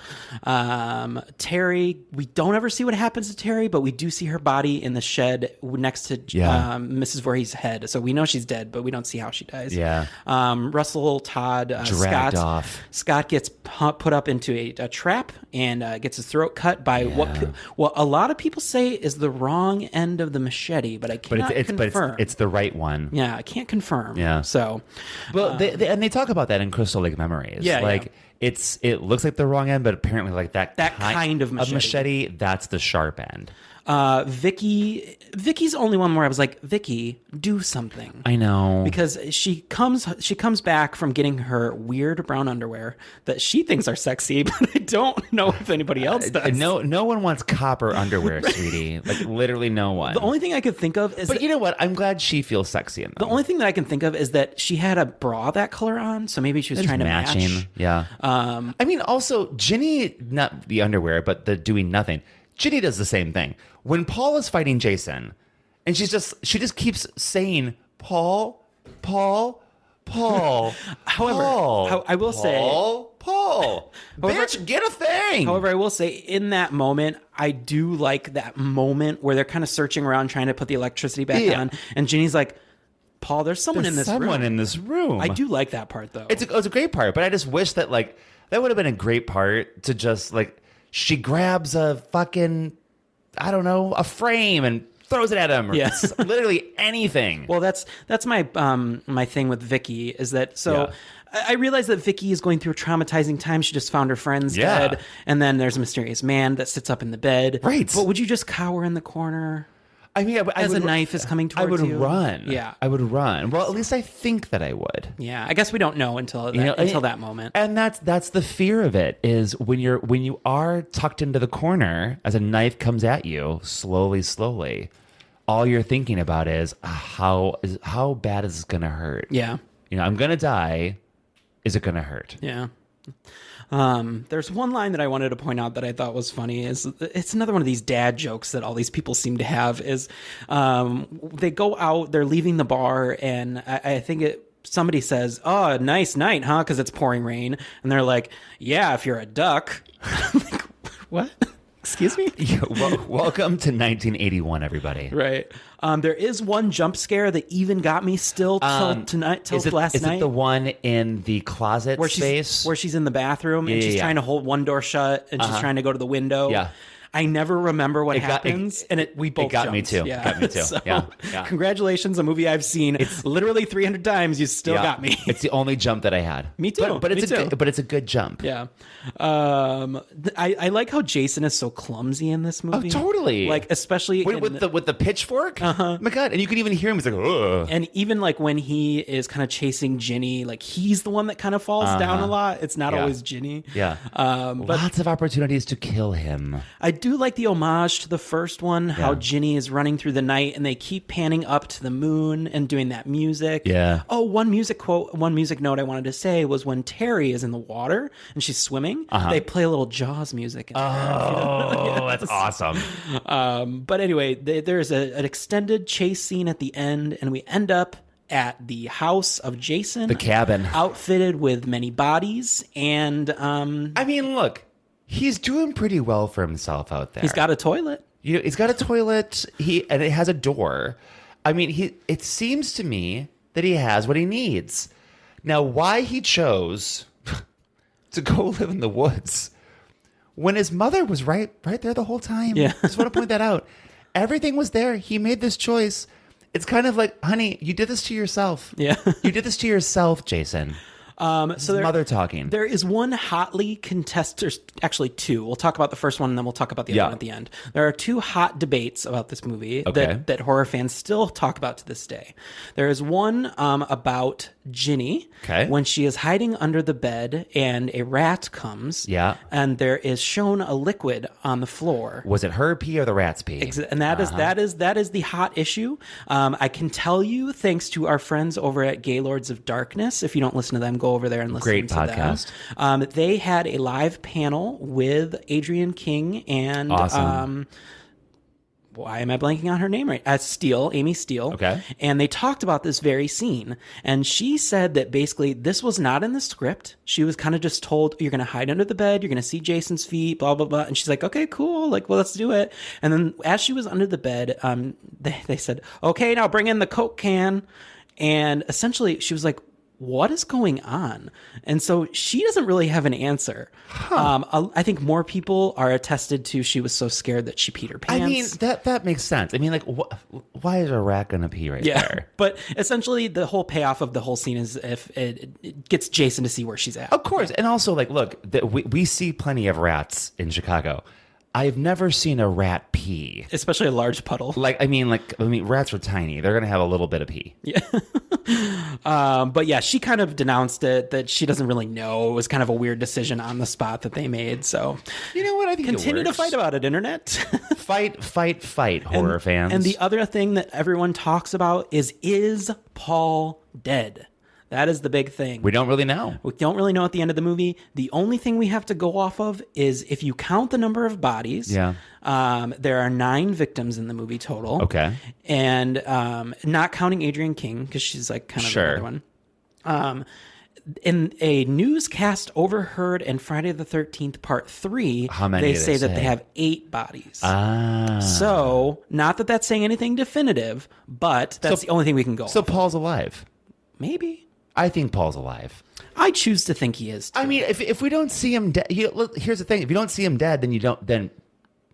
Um, Terry, we don't ever see what happens to Terry, but we do see her body in the shed next to
Yeah.
um, Mrs. Voorhees' head. So we know she's dead, but we don't see how she dies.
Yeah.
Um, Russell Todd uh, Scott
Dragged off.
Scott gets pu- put up into a, a trap and uh, gets his throat cut by what
Yeah.
pe- what a lot of people say is the wrong end of the machete, but I
But
cannot
it's, it's, but it's,
confirm.
it's the right one.
yeah, I can't confirm.
Yeah.
So,
Well, they, they, and they talk about that in Crystal Lake Memories.
Um, Yeah,
like
yeah.
it's it looks like the wrong end, but apparently like that
That kind of machete.
that's the sharp end.
uh, Vicky, Vicky's the only one where I was like, Vicky, do something.
I know
because she comes she comes back from getting her weird brown underwear that she thinks are sexy, but I don't know if anybody else does.
Uh, no no one wants copper underwear, sweetie. Like literally no one.
The only thing I could think of is
but you know what? I'm glad she feels sexy in
The
them.
only thing that I can think of is that she had a bra that color on, so maybe she was
It's
trying to
matching.
match.
Yeah.
Um,
I mean, also Ginny, not the underwear, but the doing nothing. Ginny does the same thing when Paul is fighting Jason, and she's just she just keeps saying Paul, Paul, Paul.
However,
Paul,
how- I will say-
Paul, Paul,
However-
bitch, get a thing.
However, I will say in that moment, I do like that moment where they're kind of searching around trying to put the electricity back
Yeah.
on, and Ginny's like, "Paul, there's someone
There's
in this
someone
room."
in this room.
I do like that part though.
It's a, it's a great part, but I just wish that like that would have been a great part to just like she grabs a fucking I don't know a frame and throws it at him. Or
Yeah.
s- literally anything.
Well, that's that's my um my thing with Vicky is that so
Yeah.
I I realize that Vicky is going through a traumatizing time. She just found her friends
Yeah.
dead, and then there's a mysterious man that sits up in the bed.
Right.
But would you just cower in the corner
I mean, I, w- I
as
would,
a knife is coming
I
towards
would
you?
run.
Yeah.
I would run. Well, at least I think that I would.
Yeah, I guess we don't know until that,
You know,
until
and-
that moment.
And that's that's the fear of it is when you're when you are tucked into the corner as a knife comes at you slowly, slowly. All you're thinking about is "Ah, how is how bad is this gonna hurt?
Yeah.
you know, I'm gonna die. Is it gonna hurt?
Yeah. Um, there's one line that I wanted to point out that I thought was funny is it's another one of these dad jokes that all these people seem to have is um, they go out, they're leaving the bar, and I, I think it somebody says, "Oh, nice night, huh?" Because it's pouring rain, and they're like, "Yeah, if you're a duck." I'm like, what? Excuse me.
Yeah, wel- welcome to 1981, everybody.
Right. Um, there is one jump scare that even got me still till
Um,
tonight, till
is it,
last
is
night.
it the one in the closet
where she's
space?
where she's in the bathroom
Yeah,
and
yeah,
she's
yeah.
trying to hold one door shut and she's
Uh-huh.
trying to go to the window.
Yeah.
I never remember what
It got- it-
happens, and it we both
it got me
jumped.
too. It
Yeah.
got me too.
So,
Yeah. Yeah.
Congratulations, a movie I've seen literally 300 times. You still
Yeah.
got me.
it's the only jump that I had.
Me too.
But, but it's
Me
a
too.
Good, but it's a good jump.
Yeah. Um, th- I, I like how Jason is so clumsy in this movie.
Oh, totally.
Like especially
With- with the- with the pitchfork. Uh-huh. My God, and you can even hear him. He's like, Ugh.
And even like when he is kind of chasing Ginny, like he's the one that kind of falls down
Uh-huh.
a lot. It's not
Yeah.
always Ginny.
Yeah.
Um, but
Lots of opportunities to kill him.
I do like the homage to the first one, how Ginny is running through the night and they keep panning up to the moon and doing that music.
Yeah.
Oh, one music quote, one music note I wanted to say was when Terry is in the water and she's swimming,
Uh-huh.
they play a little Jaws music. In there.
Oh, that's awesome.
Um, but anyway, th there's a, an extended chase scene at the end, and we end up at the house of Jason,
The cabin.
outfitted with many bodies, and um,
I mean, look, he's doing pretty well for himself out there.
he's got a toilet.
You know, he's got a toilet. He and it has a door. I mean, he. It seems to me that he has what he needs. Now, why he chose to go live in the woods when his mother was right, right there the whole time.
Yeah.
just want to point that out. Everything was there. He made this choice. It's kind of like, honey, you did this to yourself.
Yeah,
you did this to yourself, Jason.
Um, so there,
mother talking.
There is one hotly contested. There's actually two. We'll talk about the first one, and then we'll talk about the
Yeah.
other one at the end. There are two hot debates about this movie
Okay.
that, that horror fans still talk about to this day. There is one um, about Ginny
Okay.
when she is hiding under the bed, and a rat comes.
Yeah.
and there is shown a liquid on the floor.
Was it her pee or the rat's pee?
Exa- and that is
Uh-huh.
that is that is the hot issue. Um, I can tell you, thanks to our friends over at Gaylords of Darkness. If you don't listen to them, go over there and listen.
Great
to them.
podcast.
Um, they had a live panel with Adrian King and
Awesome.
um, why am I blanking on her name right? Uh, Steele, Amy Steele.
Okay.
And they talked about this very scene. And she said that basically this was not in the script. She was kind of just told, you're going to hide under the bed. You're going to see Jason's feet, blah, blah, blah. And she's like, okay, cool. Like, well, let's do it. And then as she was under the bed, um, they, they said, okay, now bring in the Coke can. And essentially she was like, what is going on? And so she doesn't really have an answer. Um, I- I think more people are attested to she was so scared that she peed her pants.
I mean, that that makes sense. I mean, like, wh- why is a rat gonna pee right
yeah,
there?
but essentially the whole payoff of the whole scene is if it, it gets Jason to see where she's at.
Of course, and also like, look, th we we see plenty of rats in Chicago. I've never seen a rat pee.
Especially a large puddle.
Like, I mean, like, I mean, rats are tiny. They're gonna have a little bit of pee.
Um, but yeah, she kind of denounced it that she doesn't really know. It was kind of a weird decision on the spot that they made. So
You know what? I think it
continue to
works.
fight about it, internet.
fight, fight, fight, horror fans.
And the other thing that everyone talks about is is Paul dead? That is the big thing.
we don't really know.
We don't really know at the end of the movie. The only thing we have to go off of is if you count the number of bodies.
Yeah.
Um, there are nine victims in the movie total.
Okay.
And um, not counting Adrian King because she's like kind of
Sure.
another one. Um, in a newscast overheard in Friday the Thirteenth Part Three,
How many
they
do
say
they
that
say?
they have eight bodies.
Ah.
so not that that's saying anything definitive, but that's
So-
the only thing we can go.
so
off.
Paul's alive.
maybe
I think Paul's alive.
I choose to think he is.
I mean, if if we don't see him dead, you- look, here's the thing: if you don't see him dead, then you don't. Then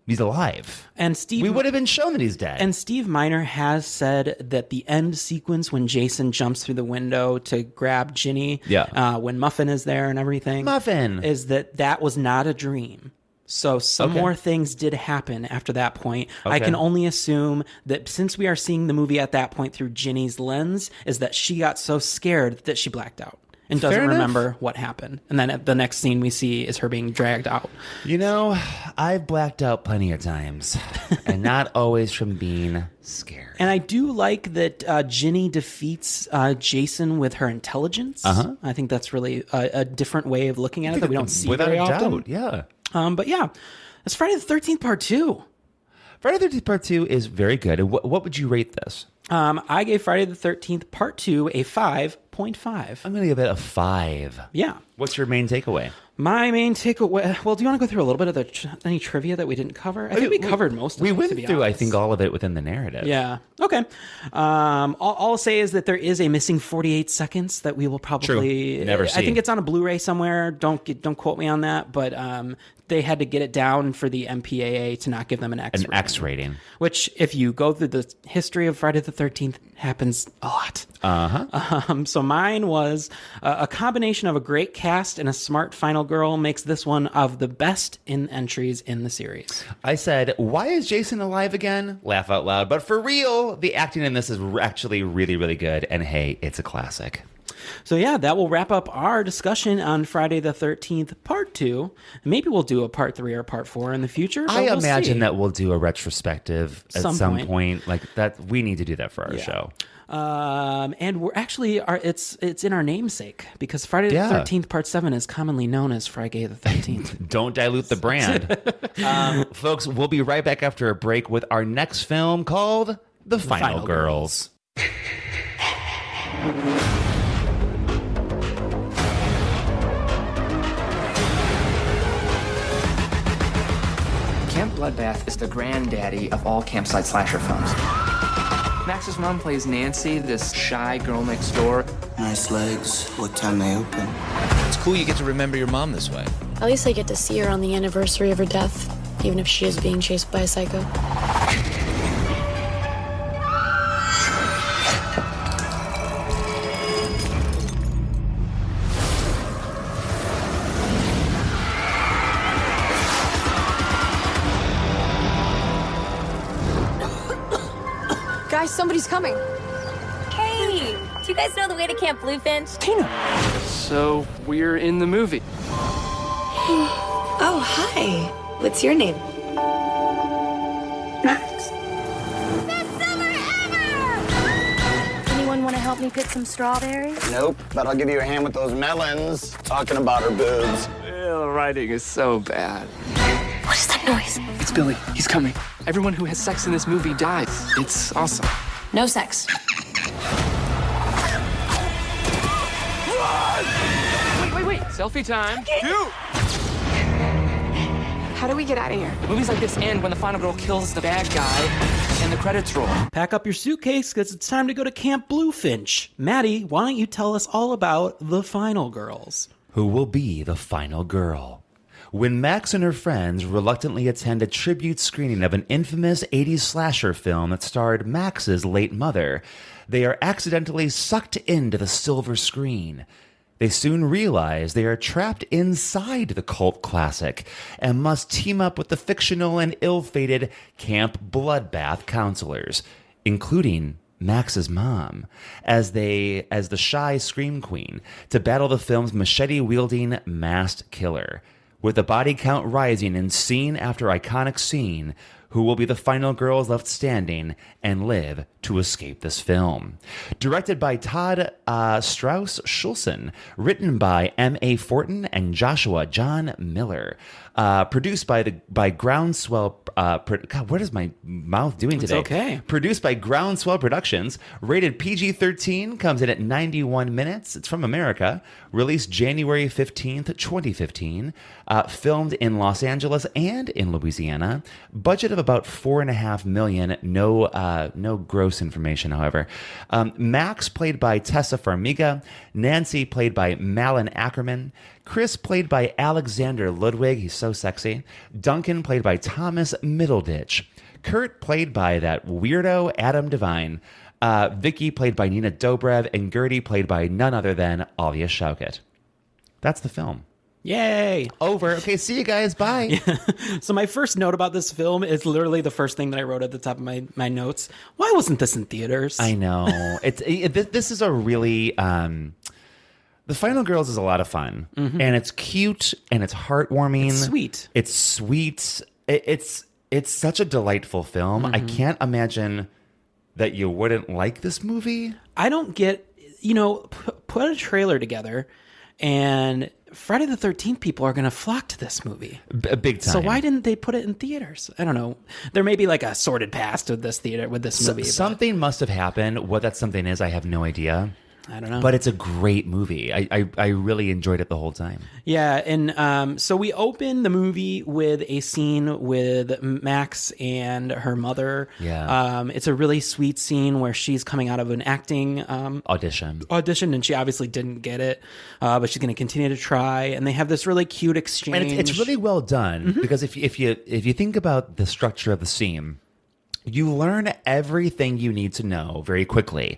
he's alive.
And Steve,
We would have been shown that he's dead.
And Steve Miner has said that the end sequence when Jason jumps through the window to grab Ginny,
Yeah.
uh, when Muffin is there and everything,
Muffin.
is that that was not a dream. So some
Okay.
more things did happen after that point. I
Okay.
can only assume that since we are seeing the movie at that point through Ginny's lens, is that she got so scared that she blacked out and
Fair
doesn't
enough.
remember what happened. And then at the next scene we see is her being dragged out.
You know, I've blacked out plenty of times, and not always from being scared.
And I do like that uh, Ginny defeats uh, Jason with her intelligence.
Uh-huh.
I think that's really a, a different way of looking at it that we don't see
Without
very
a doubt,
often.
yeah.
Um, but yeah, that's Friday the Thirteenth Part Two.
Friday the 13th Part 2 is very good. And what, what would you rate this?
Um, I gave Friday the Thirteenth Part Two a five 5.5.
I'm going to give it a five.
Yeah.
What's your main takeaway?
My main takeaway. Well, do you want to go through a little bit of the tr- any trivia that we didn't cover? I think we, covered most. of
Oh, We
it,
went
to be
through, I
honest.
think, all of it within the narrative.
Yeah. Okay. Um, all, all I'll say is that there is a missing 48 seconds that we will probably
Never
I
see.
think it's on a Blu-ray somewhere. Don't get- don't quote me on that, but um, they had to get it down for the MPAA to not give them an X.
An X rating.
Which, if you go through the history of Friday the 13th, happens a lot.
Uh huh.
Um, so mine was uh, a combination of a great cast and a smart final girl makes this one of the best in entries in the series.
I said, Why is Jason alive again? Laugh out loud. But for real, the acting in this is r- actually really, really good. And hey, it's a classic.
So yeah, that will wrap up our discussion on Friday the 13th part 2. Maybe we'll do a part 3 or part 4 in the future. but
I
we'll
imagine
see.
that we'll do a retrospective at
Some
some,
point.
point. Like that, we need to do that for our show.
Um, and we're actually our, it's it's in our namesake because Friday the
Yeah.
13th part 7 is commonly known as Friday the 13th.
Don't dilute the brand. um, folks, we'll be right back after a break with our next film called The Final,
Final
Girls.
Camp Bloodbath is the granddaddy of all campsite slasher films. Max's mom plays Nancy, this shy girl next door. Nice legs. What time they open? It's cool you get to remember your mom this way.
At least I get to see her on the anniversary of her death, even if she is being chased by a psycho.
Guys, somebody's coming. Hey, do you guys know the way to Camp Bluefinch? Tina.
So we're in the movie.
Oh, hi. What's your name?
Anyone want to help me pick some strawberries?
Nope, but I'll give you a hand with those melons. Talking about her boobs.
The writing is so bad.
What is that noise?
It's Billy. He's coming. Everyone who has sex in this movie dies. It's awesome.
No sex.
Wait, wait, wait. Selfie time.
How do we get out of here?
Movies like this end when the final girl kills the bad guy and the credits roll.
Pack up your suitcase because it's time to go to Camp Bluefinch. Maddie, why don't you tell us all about the final girls?
who will be the final girl. When Max and her friends reluctantly attend a tribute screening of an infamous 80s slasher film that starred Max's late mother, they are accidentally sucked into the silver screen. They soon realize they are trapped inside the cult classic and must team up with the fictional and ill fated Camp Bloodbath counselors, including Max's mom as they as the shy scream queen to battle the film's machete-wielding masked killer. With the body count rising in scene after iconic scene, who will be the final girls left standing and live to escape this film? Directed by Todd uh, Strauss Schulson, written by M.A. Fortin and Joshua John Miller, uh, produced by the by Groundswell. Uh, pro- God, what is my mouth doing
It's
today?
okay.
Produced by Groundswell Productions, rated PG 13, comes in at 91 minutes. It's from America. Released January 15th, 2015. Uh, filmed in Los Angeles and in Louisiana. Budget of about four and a half million. No, uh, no gross information, however. Um, Max, played by Tessa Farmiga. Nancy, played by Malin Ackerman. Chris, played by Alexander Ludwig. He's so sexy. Duncan, played by Thomas Middleditch. Kurt, played by that weirdo Adam Devine. Uh, Vicky, played by Nina Dobrev. And Gertie, played by none other than Alia Shaukat. That's the film.
Yay!
Over. Okay, see you guys. Bye.
so my first note about this film is literally the first thing that I wrote at the top of my, my notes. Why wasn't this in theaters?
I know. it's it, thi- This is a really. Um, the Final Girls is a lot of fun.
Mhm.
And it's cute and it's heartwarming.
It's sweet.
It's sweet. It, it's, it's such a delightful film. I
Mhm.
can't imagine that you wouldn't like this movie.
I don't get, you know, p- put a trailer together and Friday the 13th people are going to flock to this movie.
B- big time.
So why didn't they put it in theaters? I don't know. There may be like a sordid past with this theater with this
So-
movie. but-
something must have happened. What that something is, I have no idea.
I don't know.
But it's a great movie. I, I, I really enjoyed it the whole time.
Yeah, and um, so we open the movie with a scene with Max and her mother.
Yeah.
um, it's a really sweet scene where she's coming out of an acting um,
Audition.
audition, and she obviously didn't get it, uh, but she's going to continue to try. And they have this really cute exchange.
And it's, it's really well done because if if you if you think about the structure of the scene, you learn everything you need to know very quickly.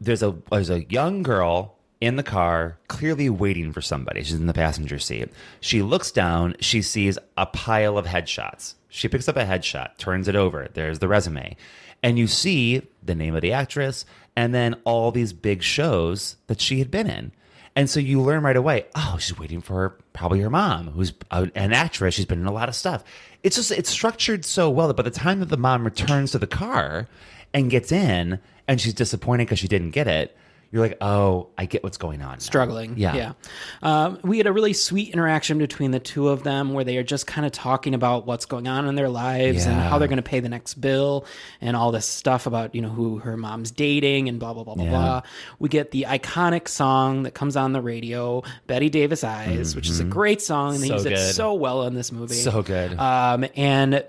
There's a there's a young girl in the car clearly waiting for somebody. She's in the passenger seat. She looks down, she sees a pile of headshots. She picks up a headshot, turns it over. There's the resume. And you see the name of the actress and then all these big shows that she had been in. And so you learn right away, oh, she's waiting for her, probably her mom, who's a, an actress. She's been in a lot of stuff. It's just, it's structured so well that by the time that the mom returns to the car and gets in and she's disappointed because she didn't get it, you're like, oh, I get what's going on. now.
struggling.
Yeah.
yeah. Um, we had a really sweet interaction between the two of them, where they are just kind of talking about what's going on in their lives and
Yeah.
how they're going to pay the next bill and all this stuff about you know who her mom's dating and blah blah blah blah
Yeah.
blah. We get the iconic song that comes on the radio, Betty Davis Eyes, which is a
Mhm.
great song. They
So
use it
good.
so well in this movie.
So good.
Um, and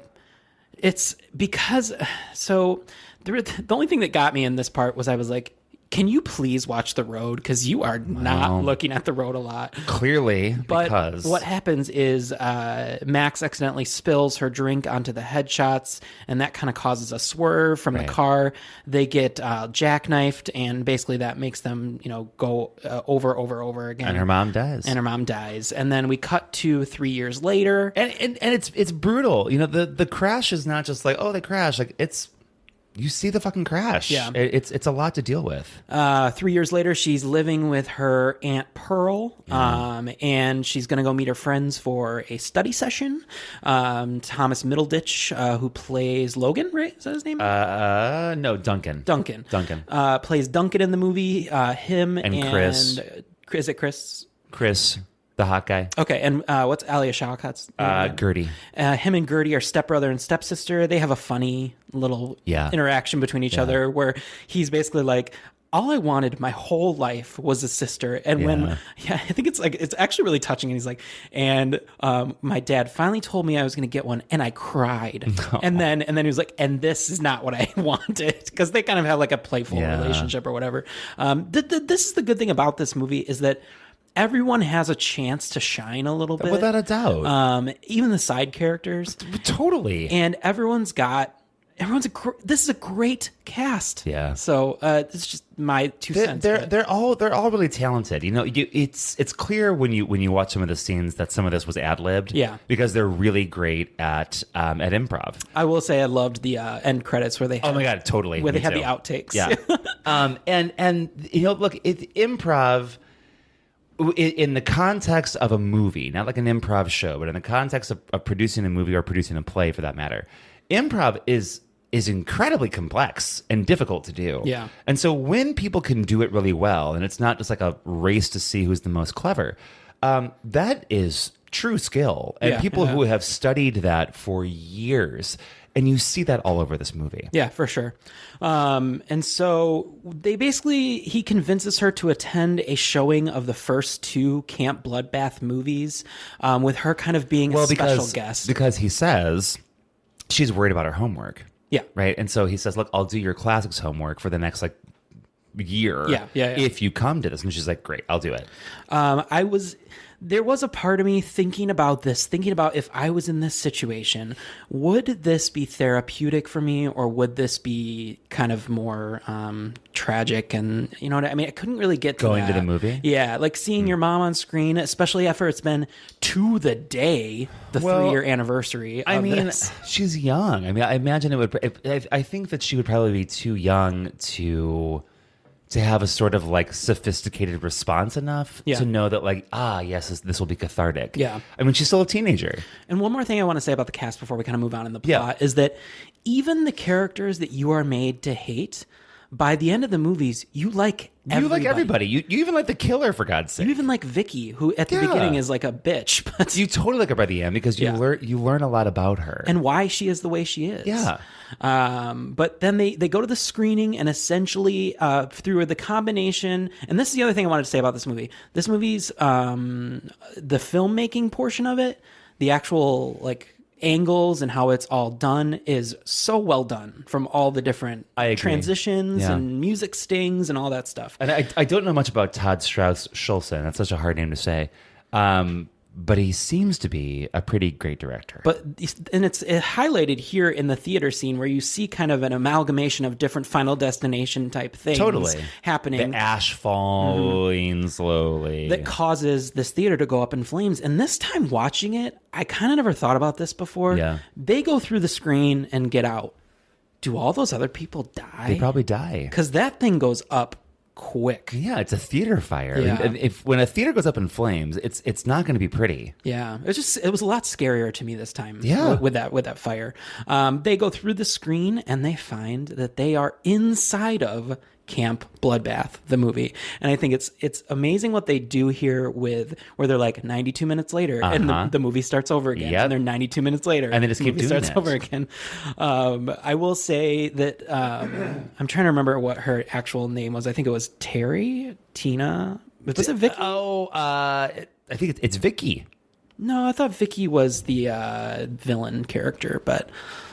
it's because so the, the only thing that got me in this part was I was like, can you please watch the road? Because you are
Wow.
not looking at the road a lot.
Clearly,
But
because
what happens is uh, Max accidentally spills her drink onto the headshots, and that kind of causes a swerve from
Right.
the car. They get uh, jackknifed, and basically that makes them, you know, go uh, over, over, over again.
And her mom dies.
And her mom dies, and then we cut to three years later,
and and, and it's it's brutal. You know, the the crash is not just like oh they crash. Like it's you see the fucking crash.
Yeah.
It- it's it's a lot to deal with.
Uh, three years later, she's living with her aunt Pearl, um, and she's going to go meet her friends for a study session. Um, Thomas Middleditch, uh, who plays Logan, right? Is that his name?
Uh, uh no, Duncan.
Duncan.
Duncan.
Uh, plays Duncan in the movie. Uh, him
And
and,
Chris.
Is it Chris?
Chris, the hot guy.
Okay, and uh, what's Alia Shawkat's name?
Uh, Gertie.
uh, him and Gertie are stepbrother and stepsister. They have a funny little
Yeah.
interaction between each
Yeah.
other where he's basically like, all I wanted my whole life was a sister. And
Yeah.
when, yeah, I think it's like, it's actually really touching. And he's like, and um, my dad finally told me I was going to get one and I cried. And then, and then he was like, and this is not what I wanted. Cause they kind of have like a playful
Yeah.
relationship or whatever. Um, th- th- this is the good thing about this movie is that everyone has a chance to shine a little bit.
Uh, Without a doubt.
Um, even the side characters.
Totally.
And everyone's got everyone's a gr- this is a great cast.
Yeah.
So uh, it's just my 2
they're,
cents.
they're
but-
they're all they're all really talented. You know, you, it's it's clear when you when you watch some of the scenes that some of this was ad libbed.
Yeah.
because they're really great at um, at improv.
I will say I loved the uh, end credits where they had,
Oh my god, totally.
where they
Me
had
too.
the outtakes.
Yeah. um, and and you know, look, it, improv w- in, in the context of a movie, not like an improv show, but in the context of, of producing a movie or producing a play, for that matter, improv is is incredibly complex and difficult to do.
Yeah.
And so when people can do it really well, and it's not just like a race to see who's the most clever, um, that is true skill. And
Yeah.
people
Yeah.
who have studied that for years, and you see that all over this movie.
Yeah, for sure. Um, and so they basically he convinces her to attend a showing of the first two Camp Bloodbath movies, um, with her kind of being a special guest.
Because he says she's worried about her homework.
Yeah.
Right. And so he says, Look, I'll do your classics homework for the next like year.
Yeah, yeah, yeah.
If you come to this. And she's like, Great, I'll do it.
Um, I was there was a part of me thinking about this, thinking about if I was in this situation, would this be therapeutic for me, or would this be kind of more um, tragic? And you know what I mean? I couldn't really get to
Going to
that.
the movie? Hmm.
Yeah, like seeing your mom on screen, especially after it's been to the day the
Well,
three year anniversary.
I
of
mean,
this.
Um, she's young. I mean, I imagine it would. I- I, I think that she would probably be too young to to have a sort of like sophisticated response enough
Yeah.
to know that like ah yes this, this will be cathartic.
Yeah.
I mean, she's still a teenager.
And one more thing I want to say about the cast before we kind of move on in the plot is that even the characters that you are made to hate, by the end of the movies, you like
You like everybody. You you even like the killer for God's sake. You
even like Vicky, who at the beginning is like a bitch, but
you totally like her by the end because you learn you learn a lot about her.
and why she is the way she is.
Yeah.
Um, but then they they go to the screening and essentially uh, through the combination, and this is the other thing I wanted to say about this movie. This movie's um, the filmmaking portion of it, the actual like angles and how it's all done is so well done from all the different transitions
Yeah.
and music stings and all that stuff.
And I, I don't know much about Todd Strauss Schulson. That's such a hard name to say. Um, but he seems to be a pretty great director.
But and it's uh highlighted here in the theater scene where you see kind of an amalgamation of different Final Destination type things
Totally.
happening.
The ash falling slowly.
that causes this theater to go up in flames. And this time watching it, I kind of never thought about this before.
Yeah.
They go through the screen and get out. Do all those other people die?
They probably die.
Because that thing goes up quick.
Yeah, it's a theater fire.
Yeah.
And if when a theater goes up in flames, it's it's not going to be pretty.
Yeah, it was just it was a lot scarier to me this time.
Yeah.
with, with that with that fire, um, they go through the screen and they find that they are inside of Camp Bloodbath, the movie, and I think it's it's amazing what they do here with where they're like 92 minutes later and
Uh-huh.
the, the movie starts over again,
Yep.
and they're 92 minutes later,
And they just
the
keep
movie
doing
starts
that.
over again. Um, I will say that um, I'm trying to remember what her actual name was. I think it was Terry, Tina. Was it Vicky?
Oh, uh, I think it's, it's Vicky.
No, I thought Vicky was the uh, villain character, but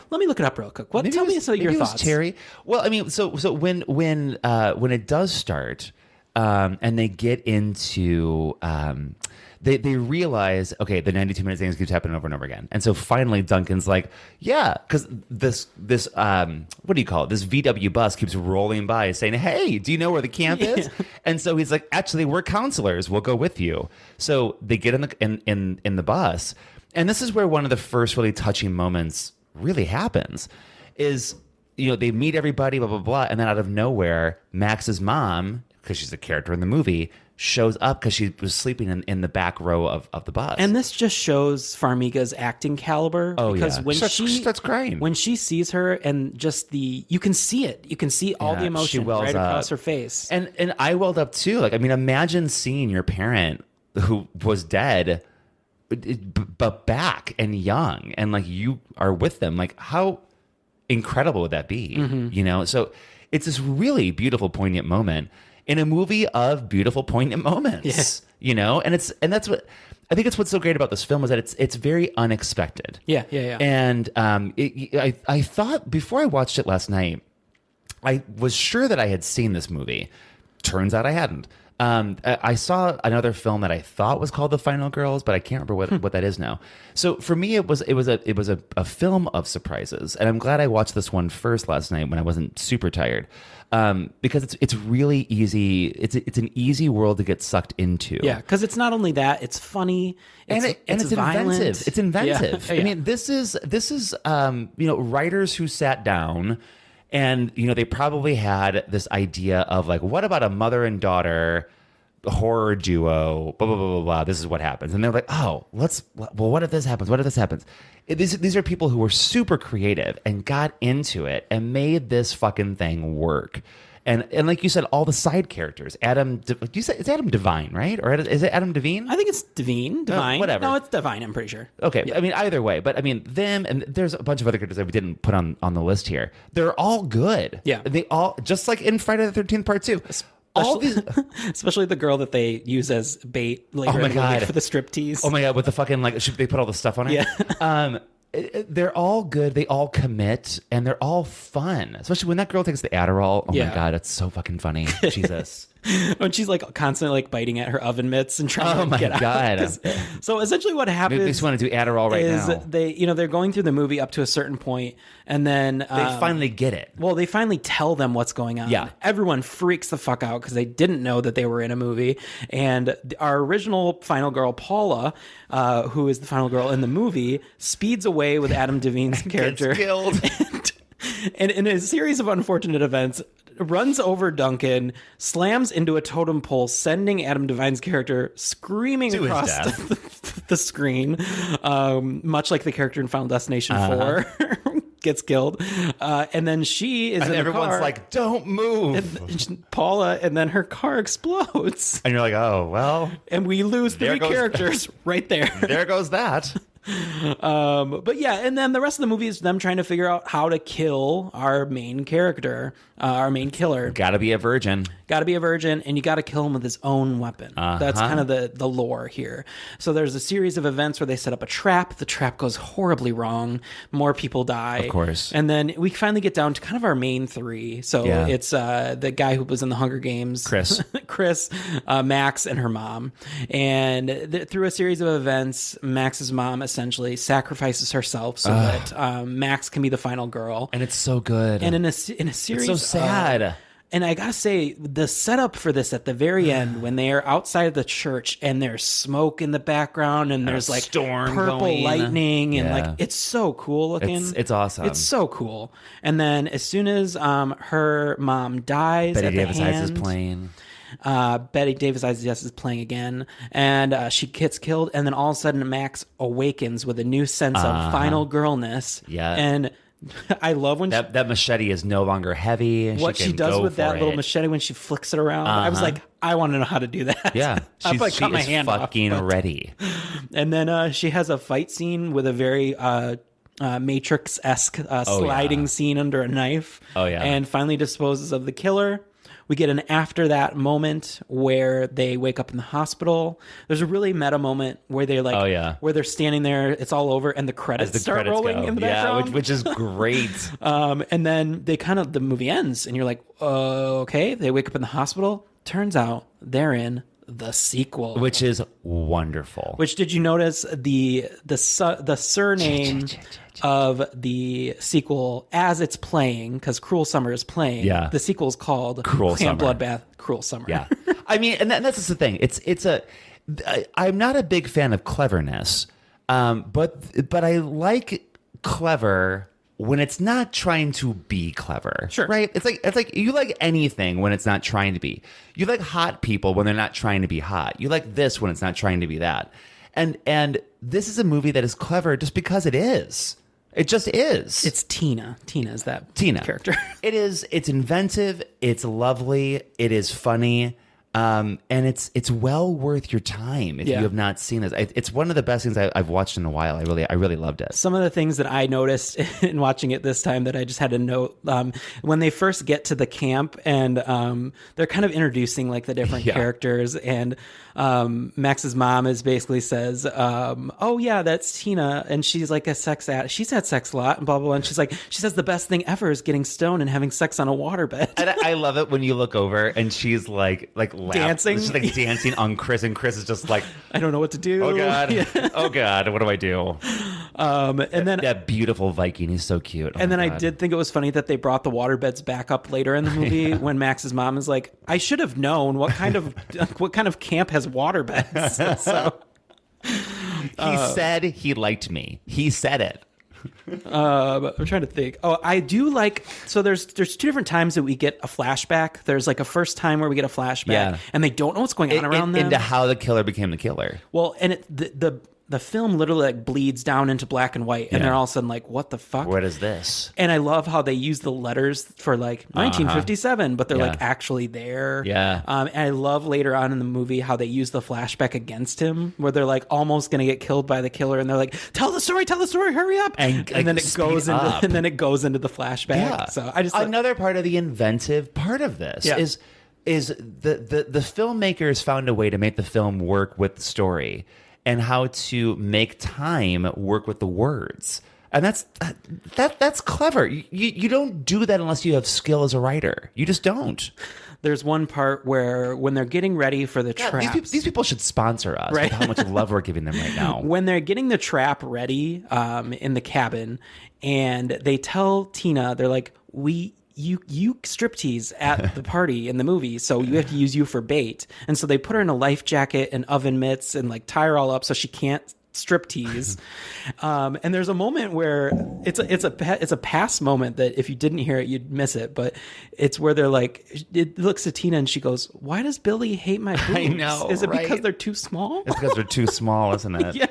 let me look it up real quick. What?
Maybe
tell
it was-
me some
maybe
your
it was
thoughts.
Terry. Well, I mean, so so when when uh, when it does start, um, and they get into. Um, they, they realize okay the 92 minute things keeps happening over and over again and so finally duncan's like yeah because this this um what do you call it this vw bus keeps rolling by saying hey do you know where the camp is and so he's like actually we're counselors we'll go with you so they get in the in in, in the bus and this is where one of the first really touching moments really happens is you know they meet everybody blah blah blah and then out of nowhere max's mom because she's a character in the movie shows up because she was sleeping in, in the back row of, of the bus
And this just shows Farmiga's acting caliber.
Oh,
because
yeah.
when
Starts-
she starts
crying,
when she sees her, and just the you can see it, you can see all
Yeah,
the
she
emotion
wells
right across
up.
her face.
and and i welled up too like i mean imagine seeing your parent who was dead b- but back and young and like you are with them like how incredible would that be
Mhm.
you know so it's this really beautiful poignant moment in a movie of beautiful poignant moments you know and it's and that's what i think it's what's so great about this film is that it's it's very unexpected
Yeah, yeah, yeah.
and um, it, I, I thought before I watched it last night, I was sure that I had seen this movie. Turns out I hadn't. Um, I I saw another film that I thought was called The Final Girls, but I can't remember what, what that is now. So for me, it was it was a it was a, a film of surprises, and I'm glad I watched this one first last night when I wasn't super tired, um, because it's it's really easy. It's it's an easy world to get sucked into.
yeah, because it's not only that; it's funny, it's,
and, it, and it's,
violent.
inventive. It's
Yeah.
inventive.
Yeah.
I mean, this is this is um, you know writers who sat down and you know they probably had this idea of like, what about a mother and daughter horror duo? Blah blah blah blah blah. This is what happens, and they're like, oh, let's. Well, what if this happens? What if this happens? It- These these are people who were super creative and got into it and made this fucking thing work. And, and like you said, all the side characters. Adam, De- do you say it's Adam Devine, right? Or Adam- is it Adam Devine? I
think it's Devine. Divine.
uh, whatever.
No, it's divine. I'm pretty sure.
Okay, I mean either way, but I mean them and there's a bunch of other characters that we didn't put on on the list here. They're all good. Yeah, they all just like in Friday the Thirteenth Part Two. All these,
especially the girl that they use as bait later
oh my
in the movie
god,
for the striptease.
Oh my god, with the fucking like should they put all the stuff on it?
Yeah.
um, it- it- they're all good. They all commit and they're all fun. Especially when that girl takes the Adderall. Oh
Yeah.
my god, it's so fucking funny. Jesus.
when she's like constantly like biting at her oven mitts and trying
Oh
to
my
get out.
God.
'Cause- So essentially, what happens?
Maybe they just want to do Adderall right
is
now.
they you know they're going through the movie up to a certain point and then um,
finally get it.
Well, they finally tell them what's going on.
Yeah.
everyone freaks the fuck out because they didn't know that they were in a movie. And th- our original final girl Paula, uh, who is the final girl in the movie, speeds away with Adam Devine's character
killed.
and in a series of unfortunate events, runs over Duncan, slams into a totem pole, sending Adam Devine's character screaming
To his
across the, the screen, um, much like the character in Final Destination
Uh-huh.
4. gets killed, uh, and then she is
And
in
everyone's
the car.
like, "Don't move,
Paula!" And then her car explodes,
and you're like, oh well.
and we lose
There
three
goes-
characters right there.
There goes that.
Um, but yeah, and then the rest of the movie is them trying to figure out how to kill our main character, uh, our main killer.
Got to be a virgin.
Got to be a virgin, and you got to kill him with his own weapon. That's
Uh-huh.
kind of the the lore here. So there's a series of events where they set up a trap. The trap goes horribly wrong. More people die,
Of course.
And then we finally get down to kind of our main three. So
Yeah.
it's uh, the guy who was in the Hunger Games,
Chris.
Chris, uh, Max, and her mom. And th- through a series of events, Max's mom essentially sacrifices herself so
Ugh.
that um, Max can be the final girl.
And it's so good.
And in a se- in a series,
so
of-
sad.
and I gotta say, the setup for this at the very end, when they are outside of the church and there's smoke in the background and
And a
there's like
storm
purple
going.
lightning and
Yeah.
like it's so cool looking.
It's- it's awesome.
It's so cool. And then as soon as um her mom dies,
Betty
at the
Davis Ice is
hand,
playing.
uh, Betty Davis IZS is playing again, and uh, she gets killed, and then all of a sudden Max awakens with a new sense
Uh-huh.
of final girlness.
Yeah.
and I love when
That that machete is no longer heavy.
she, what she
can
does
go
with that
for
little
it.
machete when she flicks it around. I was
Uh-huh.
like, I want to know how to do that.
Yeah,
I
she's,
probably
she
cut my
is
hand off,
fucking
but-
ready.
And then uh, she has a fight scene with a very uh, uh, Matrix esque uh,
Oh, yeah.
sliding scene under a knife.
Oh, yeah.
And finally disposes of the killer. We get an after that moment where they wake up in the hospital. There's a really meta moment where they like,
Oh, yeah.
where they're standing there, it's all over, and the credits
As the
start
credits
rolling
go.
in the
yeah,
background.
which, which is great.
Um, and then they kind of the movie ends, and you're like, oh, okay. They wake up in the hospital. Turns out they're in the sequel.
which is wonderful.
Which did you notice the the su- the surname of the sequel as it's playing because Cruel Summer is playing.
Yeah.
the sequel is called
Cruel
Camp
Summer.
Bloodbath. Cruel Summer.
Yeah. I mean, and that, that's just the thing. It's it's a. I, I'm not a big fan of cleverness, um, but but I like clever when it's not trying to be clever. Sure. Right. It's like it's like you like anything when it's not trying to be. You like hot people when they're not trying to be hot. You like this when it's not trying to be that. And and this is a movie that is clever just because it is. It just is.
It's Tina. Tina is that
Tina character. it is. It's inventive. It's lovely. It is funny. Um, and it's it's well worth your time if
Yeah.
you have not seen this. I, it's one of the best things I, I've watched in a while. I really I really loved it.
some of the things that I noticed in watching it this time that I just had to note um, when they first get to the camp and um, they're kind of introducing like the different
Yeah.
characters and um, Max's mom is basically says, um, "Oh yeah, that's Tina," and she's like a sex ad. She's had sex a lot and blah blah. blah. And she's like, she says the best thing ever is getting stoned and having sex on a waterbed.
And I, I love it when you look over and she's like like laugh-
Dancing?
She's like dancing on Chris, and Chris is just like,
I don't know what to do.
oh god,
Yeah.
oh god, what do I do?
Um, and then
that beautiful Viking is so cute. Oh
and
my
then I
God.
did think it was funny that they brought the waterbeds back up later in the movie when Max's mom is like, "I should have known what kind of what kind of camp has waterbeds." so,
He
uh,
said he liked me. He said it.
um, I'm trying to think. Oh, I do like so. There's there's two different times that we get a flashback. There's like a first time where we get a flashback,
Yeah.
and they don't know what's going on
In- in-
around them.
into how the killer became the killer.
Well, and it, the, the the film literally like bleeds down into black and white, and
Yeah.
they're all of a sudden like, "What the fuck?"
What is this?
And I love how they use the letters for like 1957, but they're
Uh-huh. Yeah.
like actually there.
Yeah.
Um, and I love later on in the movie how they use the flashback against him, where they're like almost gonna get killed by the killer, and they're like, "Tell the story, tell the story, hurry up!"
And, like,
then it
speed
goes
up.
into and then it goes into the flashback.
Yeah.
So I just
another part of the inventive part of this
Yeah.
is is the, the the filmmakers found a way to make the film work with the story and how to make time work with the words. And that's that that's clever. You, you you don't do that unless you have skill as a writer. You just don't.
there's one part where when they're getting ready for the
Yeah,
trap.
these, peop- these people should sponsor us.
Right.
With how much love we're giving them right now.
When they're getting the trap ready um, in the cabin, and they tell Tina, they're like, "We." You you striptease at the party in the movie, so you have to use you for bait. And so they put her in a life jacket and oven mitts and like tie her all up so she can't striptease. um, and there's a moment where it's a, it's a pa- it's a past moment that if you didn't hear it you'd miss it, but it's where they're like it looks at Tina and she goes, "Why does Billy hate my boobs?
know,
Is it
right?
because they're too small?"
It's because they're too small, isn't it?
Yeah.